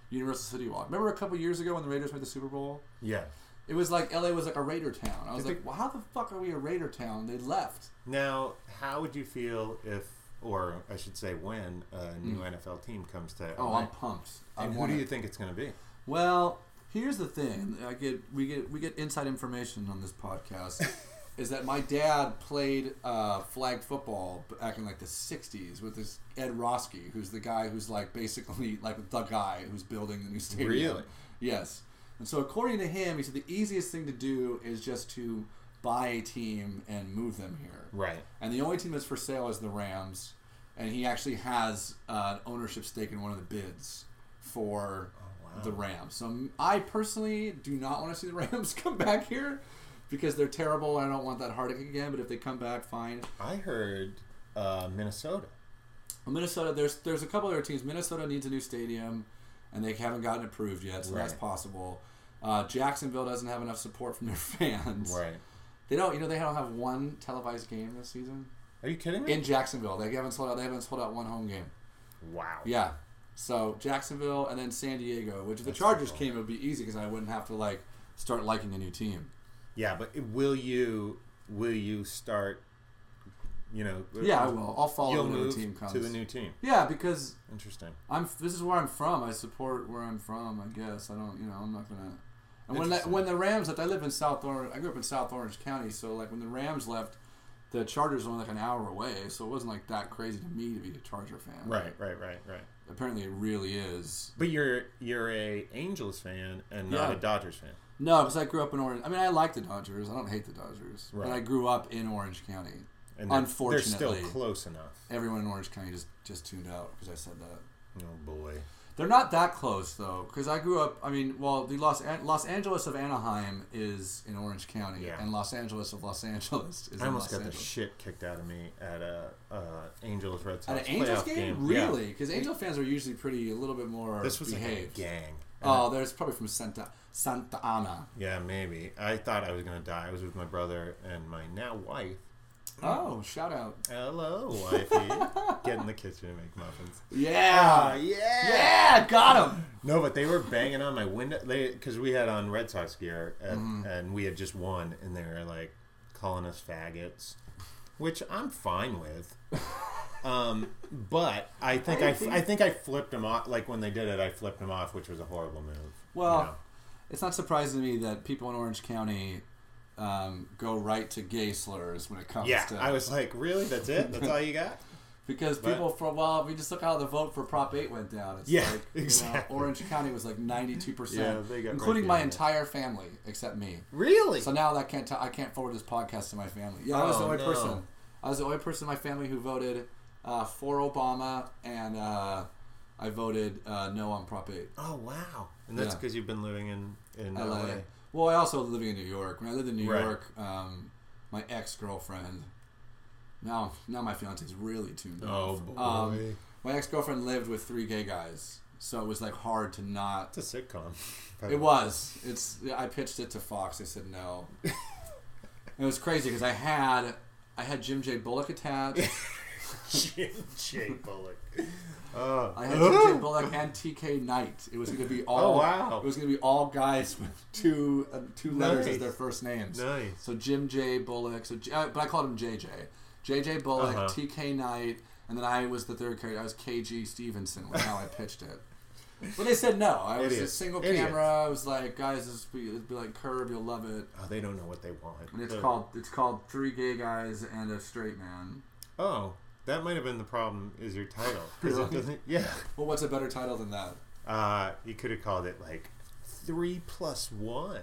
Universal City Walk. Remember a couple years ago when the Raiders made the Super Bowl? yeah It was like LA was like a Raider town. I was Did like, they- well, how the fuck are we a Raider town? They left. now how would you feel if or i should say when a new nfl team comes to Hmm. Oh, LA? I'm pumped. I and who want do it. you think it's going to be Well, here's the thing. I get we get we get inside information on this podcast. is that my dad played uh, flag football back in like the '60s with this Ed Roski, who's the guy who's like basically like the guy who's building the new stadium. Really? Yes. And so according to him, he said the easiest thing to do is just to buy a team and move them here. right And the only team that's for sale is the Rams. And he actually has uh, an ownership stake in one of the bids for Oh, wow. the Rams. So m- I personally do not want to see the Rams come back here because they're terrible and I don't want that heartache again. But if they come back, fine. i heard uh, minnesota Well, Minnesota, there's there's a couple other teams. Minnesota needs a new stadium, and they haven't gotten approved yet, so that's Right. possible. Uh, Jacksonville doesn't have enough support from their fans. right They don't. You know, they don't have one televised game this season are you kidding me in Jacksonville. They haven't sold out. They haven't sold out one home game. Wow. Yeah. So Jacksonville and then San Diego, which if the That's Chargers cool. came, it would be easy because I wouldn't have to like start liking a new team. Yeah, but will you will you start? You know. Yeah, I will. I'll follow You'll whatever move team comes. to the new team. Yeah, because Interesting. I'm. This is where I'm from. I support where I'm from. I guess I don't. You know, I'm not gonna. And when that, Interesting. when the Rams left, I live in South Orange. I grew up in South Orange County, so like when the Rams left, the Chargers were only like an hour away. So it wasn't like that crazy to me to be a Charger fan. Right, right, right, right. Apparently, it really is. But you're you're a Angels fan and not Yeah. a Dodgers fan. No, because I grew up in Orange. I mean, I like the Dodgers. I don't hate the Dodgers, Right. but I grew up in Orange County. And they're- they're Unfortunately. still close enough. Everyone in Orange County just just tuned out because I said that. Oh boy. They're not that close though, because I grew up. I mean, well, the Los An- Los Angeles of Anaheim is in Orange County, Yeah. and Los Angeles of Los Angeles is I in almost Los got the Angeles. shit kicked out of me at a uh, Angels Red At Sox an Angels playoff game, Yeah. really? Because Angel fans are usually pretty a little bit more This was like a behaved. gang. oh, there's probably from Santa Santa Ana. Yeah, maybe. I thought I was gonna die. I was with my brother and my now wife. Hmm. Oh, shout out! Hello, wifey. Get in the kitchen and make muffins. Uh, Uh, Yeah, yeah. yeah, got him. No, but they were banging on my window because we had on Red Sox gear and, Mm-hmm. and we had just won, and they were like calling us faggots, which I'm fine with. Um, but I think I, I think I flipped him off. Like when they did it, I flipped him off, which was a horrible move. Well, it's not surprising to me that people in Orange County um, go right to gay slurs when it comes yeah, to I was like, really? That's it? That's all you got? because people for a while we just look how the vote for Prop Eight went down. It's Yeah, like, you know, exactly. Orange County was like ninety two Yeah, percent, they got right including my behind it. entire family except me. Really? So now that can't t- I can't forward this podcast to my family. Yeah, I was the Oh, only no. person. I was the only person in my family who voted uh, for Obama, and uh, I voted uh, no on Prop Eight. oh wow! And that's Yeah. because you've been living in in LA. LA. Well, I also living in New York. When I lived in New Right. York, um, my ex girlfriend. Now, now my fiance's really tuned Oh, off. boy. Um, my ex girlfriend lived with three gay guys, so it was like hard to not. It's a sitcom. It was. It's. I pitched it to Fox. They said no. And it was crazy because I had, I had Jim J. Bullock attached. Jim J. Bullock. Uh, I had Jim J. Bullock and T.K. Knight. It was going to be all. Oh, wow. It was going to be all guys with two uh, two letters as Nice. their first names. Nice. So Jim J. Bullock. So J- uh, but I called him JJ. JJ Bullock, Uh-huh. T.K. Knight, and then I was the third character. I was K.G. Stevenson. Was how I pitched it. But they said no. I was Idiots. a single Idiots. camera. I was like, guys, this be, it'd be like Curb. You'll love it. Oh, they don't know what they want. And it's They're- called it's called Three Gay Guys and a Straight Man. Oh, that might have been the problem. Is your title? 'Cause it Really? doesn't. Yeah. Well, what's a better title than that? Uh, you could have called it like three plus one,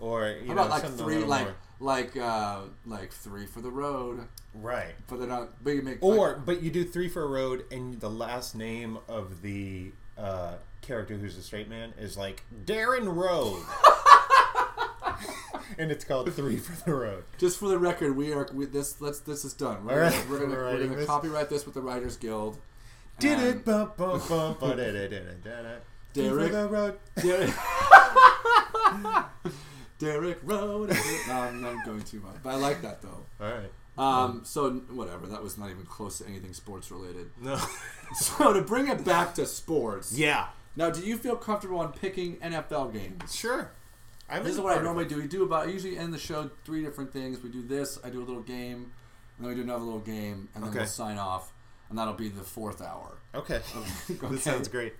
or How you know, about like something a three, little like more- like uh like three for the road, right. but they're not. But you make like- Or but you do three for a road, and the last name of the uh, character who's a straight man is like Darren Road, and it's called Three for the Road. just for the record, we are we, this. Let's this is done. We're All gonna, right. we're gonna, We're we're writing gonna this. copyright this with the Writers Guild. Did And it? Bum, bum, bum, ba, da, da, da, da, da. Three for Derek. the Road. Derek, Derek Road. no, I'm, I'm going too much, but I like that though. All right. Mm. Um, so whatever. That was not even close to anything sports related. No. So to bring it back to sports. yeah. Now, do you feel comfortable on picking NFL games? Sure. I'm This in is what I part of normally it. do. We do about I usually end the show three different things. We do this. I do a little game, and then we do another little game, and then Okay. we'll sign off, and that'll be the fourth hour. Okay. Okay. This sounds great.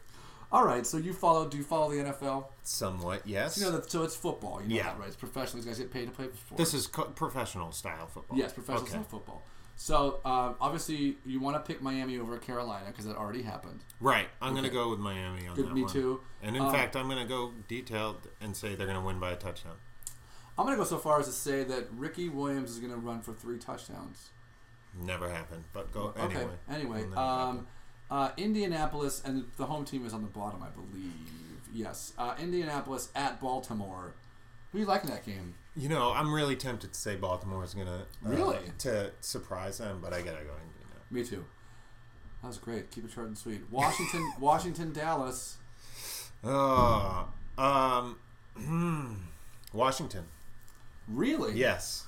All right. So you follow? Do you follow the NFL? Somewhat, yes. You know that. So it's football. You know Yeah. that, right? It's professional. These guys get paid to play football. this is co- professional style football. yes, professional Okay. football. So um, obviously you want to pick Miami over Carolina because that already happened. Right. I'm going to go with Miami on Good, that me one. too. And in Um, fact, I'm going to go detailed and say they're going to win by a touchdown. I'm gonna go so far as to say that Ricky Williams is gonna run for three touchdowns. Never happened, but go Okay. anyway. Anyway, Will never um, happen. uh, Indianapolis and the home team is on the bottom, I believe. Yes, uh, Indianapolis at Baltimore. Who you liking that game? you know, I'm really tempted to say Baltimore is going to Really? to surprise them, but I got to go Indiana. Me too. That was great. Keep it short and sweet. Washington, Washington, Dallas. Oh, um, hmm. Washington. Really? Yes,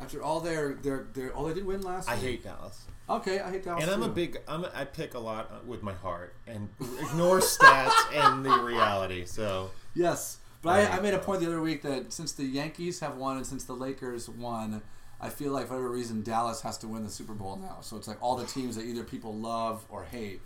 After all their their their all they did win last. I week. hate Dallas. Okay, I hate Dallas. And I'm a too. big, I'm a, I pick a lot with my heart and ignore stats and the reality. So Yes, but I I, hate I made a Dallas. point the other week that since the Yankees have won and since the Lakers won, I feel like for whatever reason Dallas has to win the Super Bowl now. So it's like all the teams that either people love or hate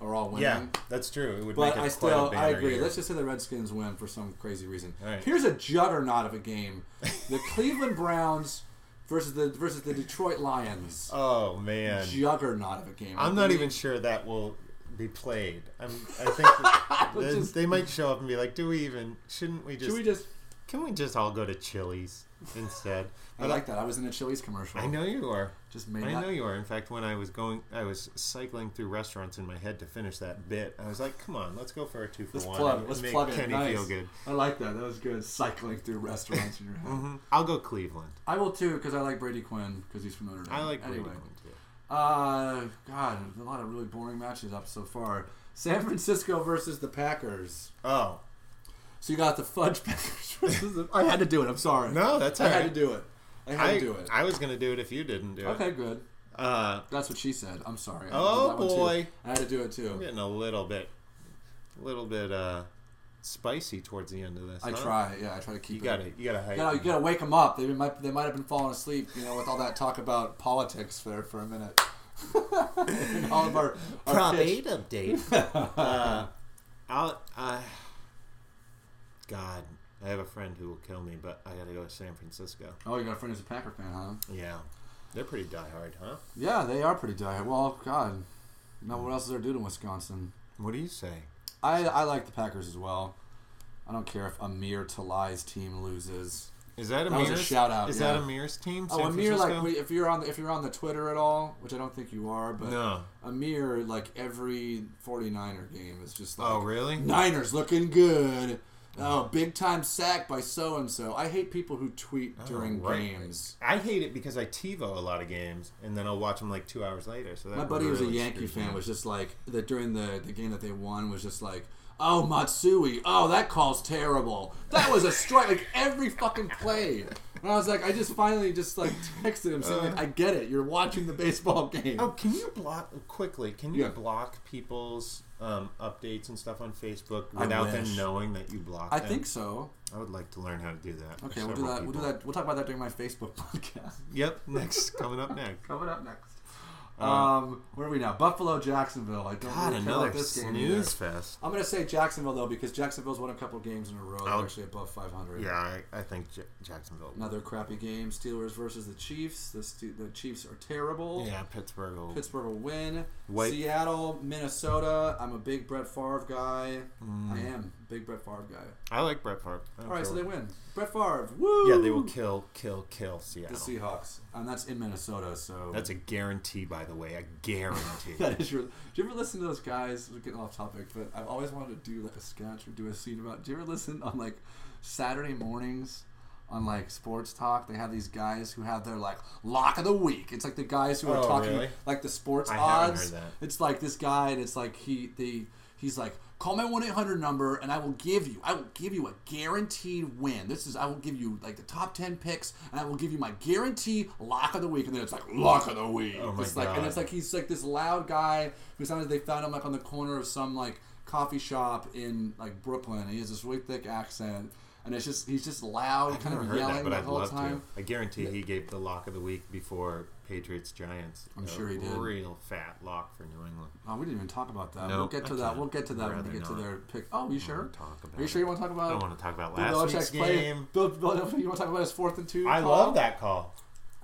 are all winning. yeah, that's true. It would Mm-hmm. But I make it quite a still I banner agree. year. Let's just say the Redskins win for some crazy reason. All right. Here's a juggernaut of a game: the Cleveland Browns versus the versus the Detroit Lions. oh man, Juggernaut of a game. I'm not Really- even sure that will be played. I'm, I think that- Let's they- just- they might show up and be like, "Do we even? Shouldn't we just? Should we just? can we just all go to Chili's instead?" I like that. I was in a Chili's commercial. I know you are. Just made I that- know you are. In fact, when I was going, I was cycling through restaurants in my head to finish that bit. I was like, "Come on, let's go for a two for Let's one. plug. and Let's make plug it. Kenny Nice. feel good." I like that. That was good. Cycling through restaurants in your head. Mhm. I'll go Cleveland. I will too because I like Brady Quinn because he's from Notre Dame. I like Brady anyway. Quinn too. Uh, God, a lot of really boring matches up so far. San Francisco versus the Packers. Oh So you got the Fudge Packers versus the. I had to do it. I'm sorry. no, that's I all had right. to do it. I had I, to do it. I was gonna do it if you didn't do okay, it. good. Uh, That's what she said. I'm sorry. I Oh, did that one, too. boy. I had to do it I'm too. getting a little bit, a little bit uh, spicy towards the end of this. I huh? try. Yeah, I try to keep You it. gotta, you gotta You gotta, hide. you gotta wake them up. They might, they might have been falling asleep, you know, with all that talk about politics there for a minute. all of our, our Prop 8 pitch. update. uh, I'll, I, God, I have a friend who will kill me, but I gotta go to San Francisco. Oh, you got a friend who's a Packer fan, huh? Yeah. They're pretty diehard, huh? Yeah, they are pretty dire. Well, God, no. What else is there to do in Wisconsin? What do you say? I I like the Packers as well. I don't care if Amir Talai's team loses. Is that That was Amir's? a shout-out, Is yeah. that Amir's team? oh, San Amir! Like, Francisco? we, if you're on the, if you're on the Twitter at all, which I don't think you are, but No. Amir, like every 49er game, is just like Oh, really? Niners looking good. Oh, big time sack by so and so. I hate people who tweet Oh, during right. games. I hate it because I TiVo a lot of games, and then I'll watch them like two hours later. So that My buddy who's a really Yankee screws me fan up. was just like that during the, the game that they won was just like, oh Matsui, oh that call's terrible. That was a strike like every fucking play. And I was like, I just finally just like texted him saying, like, I get it, you're watching the baseball game. Uh. Oh, can you block quickly? Can you Yeah. block people's um, updates and stuff on Facebook without them wish. knowing that you block? I them? think so. I would like to learn how to do that. for Okay, we'll do several that. We'll do people. that. We'll talk about that during my Facebook podcast. Yep, next coming up next. Coming up next. Um, where are we now? Buffalo, Jacksonville. I don't Uh, God, really care about another this game either. snooze fest. I'm gonna say Jacksonville though because Jacksonville's won a couple games in a row. They're Oh. actually above 500. Yeah, I, I think J- Jacksonville. Another crappy game. Steelers versus the Chiefs. The, Ste- the Chiefs are terrible. Yeah, Pittsburgh. Will, Pittsburgh will win. White- Seattle, Minnesota. I'm a big Brett Favre guy. I am a big Brett Favre guy. I like Brett Favre. Mm. I don't All right, so care they what- win. Brett Favre. Woo! Yeah, they will kill, kill, kill The Seattle. Seahawks, and that's in Minnesota. So That's a guarantee, by the way. A guarantee. That is your. Do you ever listen to those guys? We're getting off topic, but I've always wanted to do like a sketch or do a scene about. Do you ever listen on like Saturday mornings on like sports talk? They have these guys who have their like lock of the week. It's like the guys who are Oh, talking really? like the sports I haven't odds. heard that. It's like this guy, and it's like he the he's like call my one eight hundred number, and I will give you I will give you a guaranteed win. This is I will give you like the top ten picks, and I will give you my guarantee lock of the week. And then it's like lock of the week. Oh my it's like, And God. it's like he's like this loud guy who sounded they found him like on the corner of some like coffee shop in like Brooklyn. And he has this really thick accent. And it's just he's just loud, I've kind never of heard yelling that, but the I'd whole love time. to. I guarantee he gave the lock of the week before Patriots Giants. I'm A sure he did. Real fat lock for New England. Oh, we didn't even talk about that. Nope, we'll get to I that. can't. We'll get to that when Rather we get to not. their pick. Oh, you sure? talk about Are you sure you want to talk I about? don't want to talk about Bill last Uh, Belichick's week's play- game. Bill, Belichick- you want to talk about his fourth and two? I call? love that call.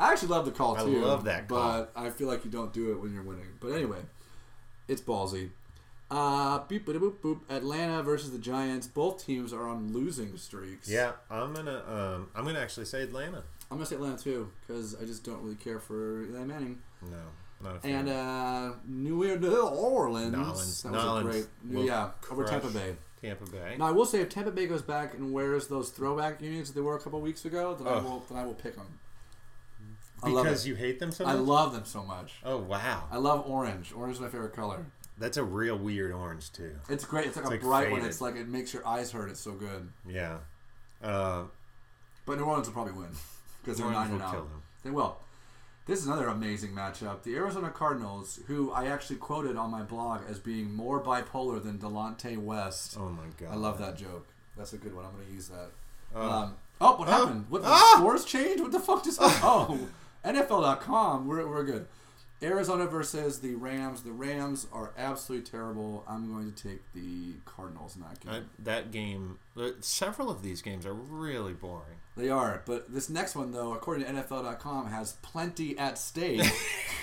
I actually love the call I too. love that call. But I feel like you don't do it when you're winning. But anyway, it's ballsy. Uh, beep, boop, boop, boop. Atlanta versus the Giants. Both teams are on losing streaks. Yeah, I'm gonna um, I'm gonna actually say Atlanta. I'm gonna say Atlanta too because I just don't really care for Eli Manning. No, not a fan. And uh, New Orleans. New Orleans. Nolans. That was a Nolans great. will yeah, over crush Tampa Bay. Tampa Bay. Now I will say if Tampa Bay goes back and wears those throwback unions that they wore a couple weeks ago, then I Ugh. will then I will pick them. I love because it. you hate them so much. I love them so much. oh wow, I love orange. Orange is my favorite color. that's a real weird orange too. It's great. It's like a like bright one. faded. It's like it makes your eyes hurt. It's so good. Yeah. Uh, But New Orleans will probably win because they're New nine Orleans and will kill out. them. They will. This is another amazing matchup. The Arizona Cardinals, who I actually quoted on my blog as being more bipolar than Delonte West. oh my god, I love that joke. That's a good one. I'm going to use that. um, oh, what happened? What the Uh, Ah! scores changed? What the fuck just happened? oh, NFL.com. We're, we're good. Arizona versus the Rams. The Rams are absolutely terrible. I'm going to take the Cardinals in that game. I, that game. uh, Several of these games are really boring. They are, but this next one though, according to NFL.com, has plenty at stake.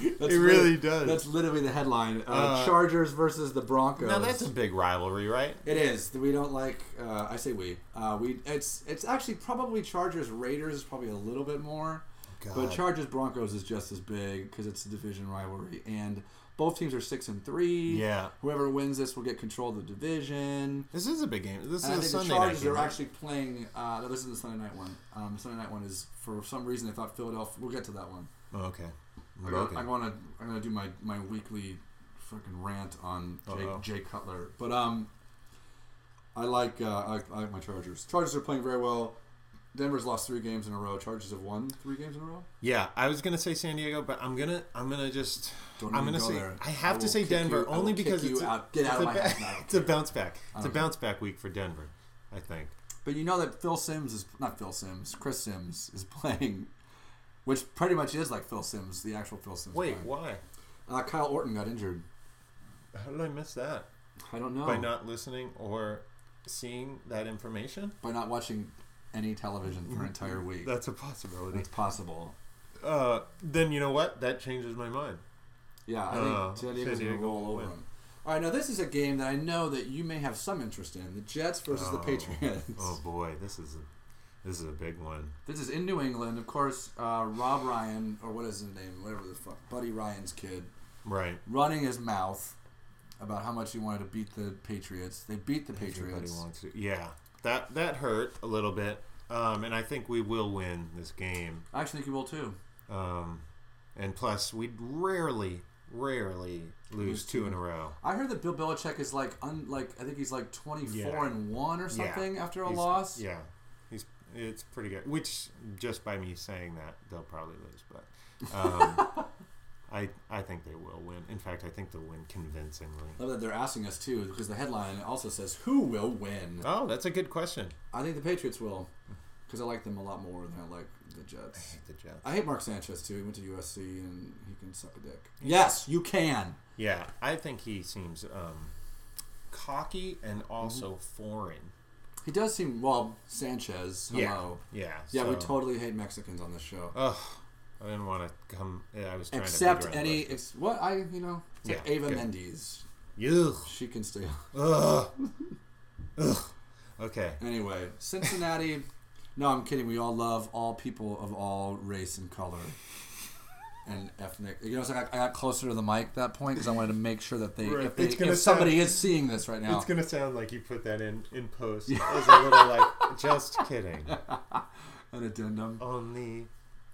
That's It lit- really does. That's literally the headline: uh, Uh, Chargers versus the Broncos. Now that's a big rivalry, right? it is. We don't like. Uh, I say we. Uh, we. It's. It's actually probably Chargers Raiders is probably a little bit more, but God. Chargers Broncos is just as big because it's a division rivalry, and both teams are six and three. Yeah. Whoever wins this will get control of the division. This is a big game. This And I is think a the Sunday night Chargers game. are right? actually playing. Uh, no, this is the Sunday night one. Um, the Sunday night one is for some reason they thought Philadelphia. We'll get to that one. Oh, okay. I Okay. gotta- I want to. I'm gonna do my my weekly freaking rant on Jay, Uh-oh. Jay Cutler, but um, I like uh, I, like- I like my Chargers. Chargers are playing very well. Denver's lost three games in a row. Chargers have won three games in a row. Yeah, I was gonna say San Diego, but I'm gonna I'm gonna just Don't I'm even gonna go say there. I have I to will say kick Denver you- I will only kick because you it's a, out. Get out it's of a my house. I don't it's a bounce back. It's a don't care. bounce back week for Denver, I think. But you know that Phil Sims is not Phil Sims. Chris Sims is playing which pretty much is like Phil Sims, the actual Phil Sims. Wait, vibe. why? Uh, Kyle Orton got injured. How did I miss that? I don't know By not listening or seeing that information? by not watching any television for an entire week. That's a possibility. It's possible. Uh, then you know what? That changes my mind. Yeah, I Uh, think San Diego's San going to Diego roll will over win. him. All right, now this is a game that I know that you may have some interest in: the Jets versus the Oh. Patriots. Oh boy, this is a, this is a big one. This is in New England, of course. Uh, Rob Ryan, or what is his name, whatever the fuck, Buddy Ryan's kid, Right. running his mouth about how much he wanted to beat the Patriots. They beat the Patriots. Everybody wants to. Yeah. That that hurt a little bit. Um, and I think we will win this game. I actually think you will too. Um, and plus, we rarely, rarely lose two in a row. I heard that Bill Belichick is like, un, like I think he's like twenty four Yeah. and one or Yeah. something after a He's- loss. Yeah, he's it's pretty good. Which just by me saying that, they'll probably lose, but um, I I think they will win. In fact, I think they'll win convincingly. Love that they're asking us too, because the headline also says who will win. Oh, that's a good question. I think the Patriots will, because I like them a lot more than I like the Jets. The Jets. I hate Mark Sanchez too. He went to USC and he can suck a dick. Yes, you can. Yeah, I think he seems um, cocky and Mm-hmm. also foreign. He does seem well. Sanchez, hello. Yeah, Yeah, we so- totally hate Mexicans on this show. Ugh, I didn't want to come. Yeah, I was trying to Except figure out any, what- ex- what I, you know, it's like Yeah, Ava good. Mendes. Ugh. She can stay. Ugh. Ugh. Okay. Anyway, Cincinnati. no, I'm kidding. We all love all people of all race and color and ethnic. You know, it's like I, I got closer to the mic at that point because I wanted to make sure that they, Right. if, they, It's gonna if somebody is seeing this right now, It's gonna sound like you put that in in post as a little like Just kidding. an addendum. on the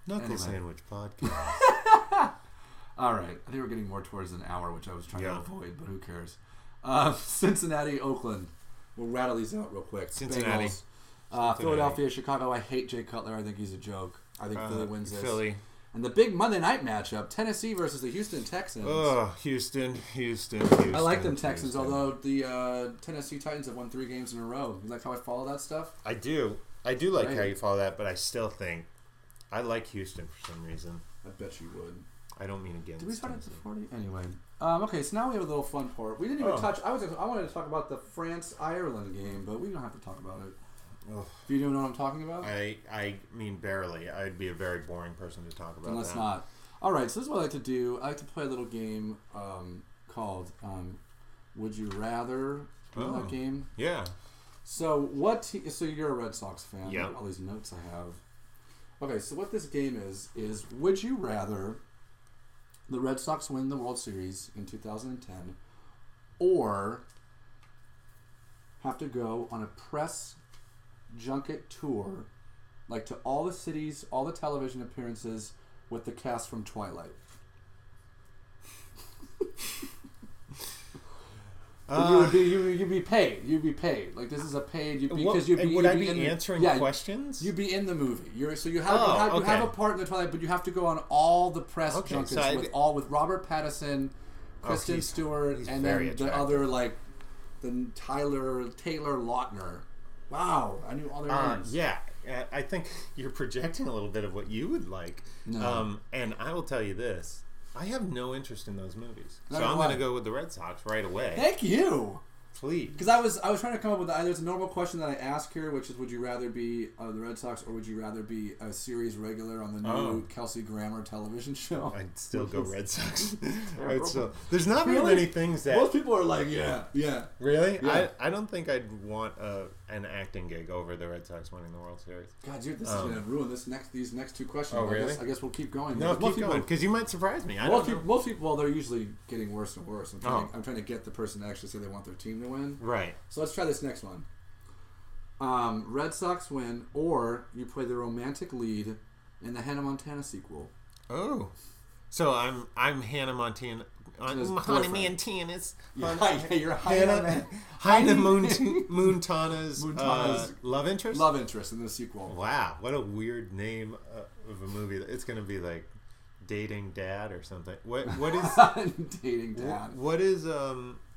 Knuckle Anyway. Sandwich podcast. All right, I think we're getting more towards an hour, which I was trying to Yeah. avoid, but who cares? Uh, Cincinnati, Oakland. We'll rattle these out real quick. Cincinnati. Bengals. Uh, Philadelphia, Chicago. I hate Jay Cutler. I think he's a joke. I think Philly wins this. Uh, Philly. And the big Monday night matchup: Tennessee versus the Houston Texans. Oh, Houston, Houston, Houston. I like them Texans, Houston. although the uh, Tennessee Titans have won three games in a row. You like how I follow that stuff? I do, I do like how Right. you follow that, but I still think I like Houston for some reason. I bet you would. I don't mean against. Did we start at the Tennessee. forty? Anyway, um, okay. So now we have a little fun part. We didn't even Oh. touch. I was. I wanted to talk about the France Ireland game, but we don't have to talk about it. Ugh. Do you know what I'm talking about? I, I mean barely. I'd be a very boring person to talk about. then let's that. not. All right. So this is what I like to do. I like to play a little game um, called um, "Would You Rather." You know Oh. that game? Yeah. So what? Te- so you're a Red Sox fan. Look Yeah. at All these notes I have. Okay, so what this game is is: Would you rather the Red Sox win the World Series in 2010, or have to go on a press junket tour, like to all the cities, all the television appearances with the cast from Twilight? But you would be you, would- you'd be paid. You'd be paid. Like this is a paid. You'd be, What- because you'd be. would you'd I be in the- answering yeah, questions? You'd be in the movie. You're so you have, you, have Oh, you have a okay. part in the Twilight, but you have to go on all the press Okay, junkets so I- Oh, with all with Robert Pattinson, Kristen he's- Stewart, he's and very then the attractive. other like the Tyler Taylor Lautner. Wow, I knew all their Uh, names. yeah, I- I think you're projecting a little bit of what you would like. No. Um, and I will tell you this: I have no interest in those movies, so Neither I'm do I. going to go with the Red Sox right away. Thank you. Please. Because I was I was trying to come up with the, there's a normal question that I ask here, which is would you rather be uh, the Red Sox or would you rather be a series regular on the new Oh. Kelsey Grammer television show? I'd still go Red Sox. Terrible. I'd still, there's not very Really? many things that Most people are like, yeah, yeah. really. Yeah. I, I don't think I'd want a, an acting gig over the Red Sox winning the World Series. God, dude, this Um, is gonna ruin this next these next two questions. Oh, I guess, really? I guess we'll keep going. No, Because most keep going People, because you might surprise me. I most, don't people, know. most people, well, they're usually getting worse and worse. I'm trying, Oh. I'm trying to get the person to actually say they want their team to win. Right. So let's try this next one. Um, Red Sox win, or you play the romantic lead in the Hannah Montana sequel. Oh. So I'm I'm Hannah Montana. I'm His Hannah boyfriend. Montana's. Hi- you're Hannah, Hannah Mont- Montana's, uh, Montana's- love interest. Love interest in the sequel. Wow, what a weird name uh, of a movie. It's gonna be like dating dad or something. What what is Dating wh- dad. what is um?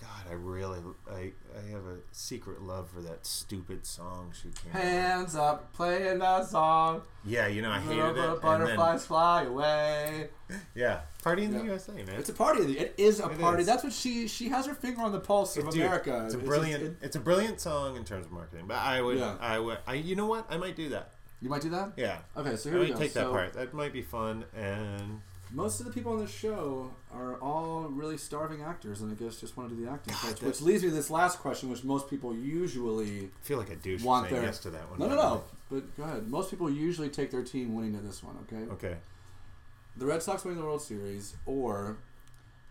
God, I really, I, I have a secret love for that stupid song she came. Hands up, playing that song. Yeah, you know I hated Little it. and then- butterflies fly away. yeah, party in Yeah. the USA, man. It's a party. It is a It party. is. That's what she she has her finger on the pulse of Dude, America. It's a just- brilliant. it- it's a brilliant song in terms of marketing. But I would, Yeah. I would, I. You know what? I might do that. you might do that. Yeah. Okay, so I here we might go. take that So- part. That might be fun. And Most of the people on this show are all really starving actors, and I guess just want to do the acting parts. that- Which leads me to this last question, which most people usually I feel like a douche Want saying their- yes to that one. no no by the no. But go ahead. Most people usually take their team winning to this one. Okay. way. Okay. The Red Sox winning the World Series, or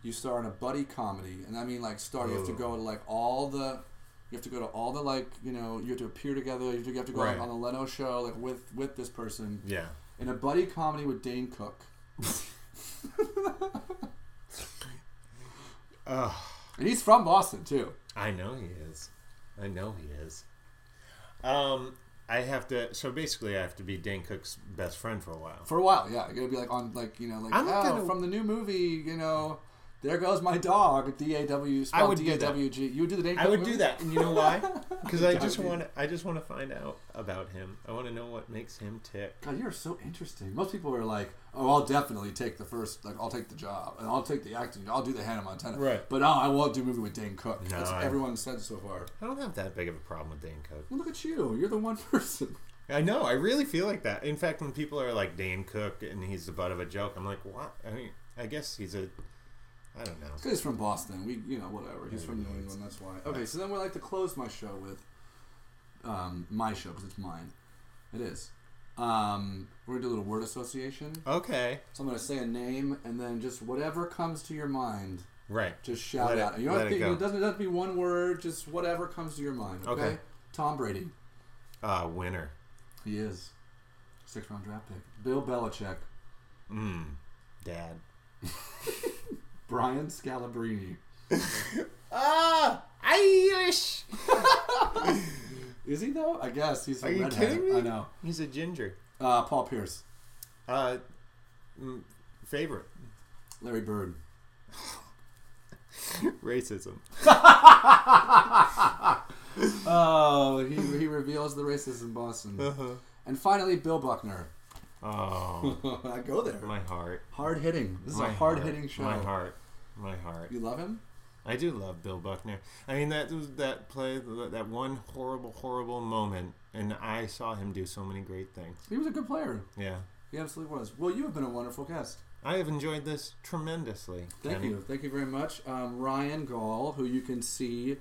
you star in a buddy comedy, and I mean like star. You have to Ooh. go to like all the. You have to go to all the like you know you have to appear together. You have to, you have to go like, Right. on the Leno show like with with this person Yeah. in a buddy comedy with Dane Cook. Ugh. And he's from Boston too. I know he is. I know he is. Um, I have to. So basically, I have to be Dane Cook's best friend for a while. For a while, yeah. You're gonna be like on like you know like I'm oh gonna- from the new movie you know there goes my dog D A W spelled would do D A that. W G. You would do the Dane I Cook would movie? do that, and you know why? Because I just Doggy. want. I just want to find out about him. I want to know what makes him tick. God, you're so interesting. Most people are like, "Oh, I'll definitely take the first, like, I'll take the job, and I'll take the acting, I'll do the Hannah Montana." Right. But oh, I won't do a movie with Dane Cook. No, That's what I- everyone said so far. I don't have that big of a problem with Dane Cook. Well, look at you. You're the one person. I know. I really feel like that. In fact, when people are like Dane Cook and he's the butt of a joke, I'm like, what? I mean, I guess he's a. I don't know. Because he's from Boston. We, you know, whatever. He's from New Yeah, England. That's why. Okay, so then we like to close my show with um, my show because it's mine. It is. Um, we're gonna do a little word association. Okay. So I'm gonna say a name, and then just whatever comes to your mind, Right. just shout Let it- out. you don't let have to, it it, go. doesn't it doesn't have to be one word. Just whatever comes to your mind. Okay. Okay. Tom Brady. Uh, winner. He is six round draft pick. Bill Belichick. Mm. Dad. Brian Scalabrine. Ah, Irish. Is he though? I guess he's. a Are you redhead. kidding me? I know. He's a ginger. Uh, Paul Pierce. Uh, mm, favorite. Larry Bird. Racism. Oh, he, he reveals the racism in Boston. Uh-huh. And finally, Bill Buckner. Oh, I go there. my heart. Hard hitting. This is My a heart. hard hitting show. My heart. My heart. You love him? I do love Bill Buckner. I mean, that was that play, that that one horrible, horrible moment, and I saw him do so many great things. He was a good player. Yeah, He absolutely was. Well, you have been a wonderful guest. I have enjoyed this tremendously. Thank Kenny. you. Thank you very much. Um, Ryan Gall, who you can see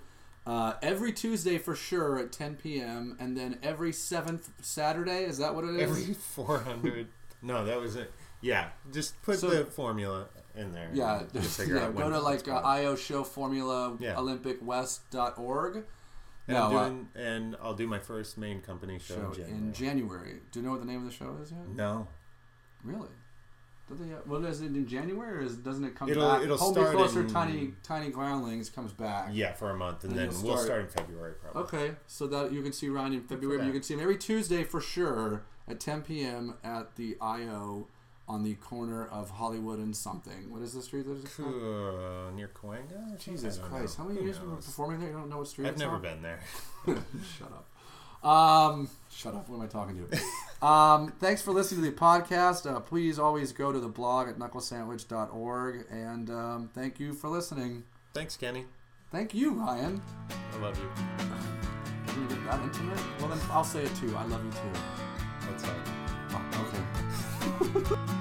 uh, every Tuesday for sure at 10 p.m. and then every seventh Saturday. Is that what it is? Every four hundred. no, that was it. Yeah, just put So- the formula in there. Yeah, and just figure yeah. out Go when to it's like uh, called. IO Show Formula Yeah. Olympic West.org. and no, uh, I'm doing, and I'll do my first main company show, show in January. in January. Do you know what the name of the show is yet? no, Really? Do they? uh, Well, is it in January or is, doesn't it come It'll- back? it'll Hold start me closer. in- Tiny Tiny Groundlings comes back. yeah, for a month, and Then then, you'll we'll start- start in February probably. Okay, so that you can see Ryan in February. for but You that. can see him every Tuesday for sure at 10 p.m. at the IO on the corner of Hollywood and something. What is the street that is called? Uh, near Coanga? Jesus I don't Christ! know. How many Who years have you been knows? performing there? You don't know what street. I've it's never on? been there. Shut up. Um, shut up. What am I talking to? um, thanks for listening to the podcast. Uh, please always go to the blog at knucklesandwich.org. And um, thank you for listening. Thanks, Kenny. Thank you, Ryan. I love you. Are we gonna get that intimate? Well, then I'll say it too. I love you too. That's all. Oh, okay.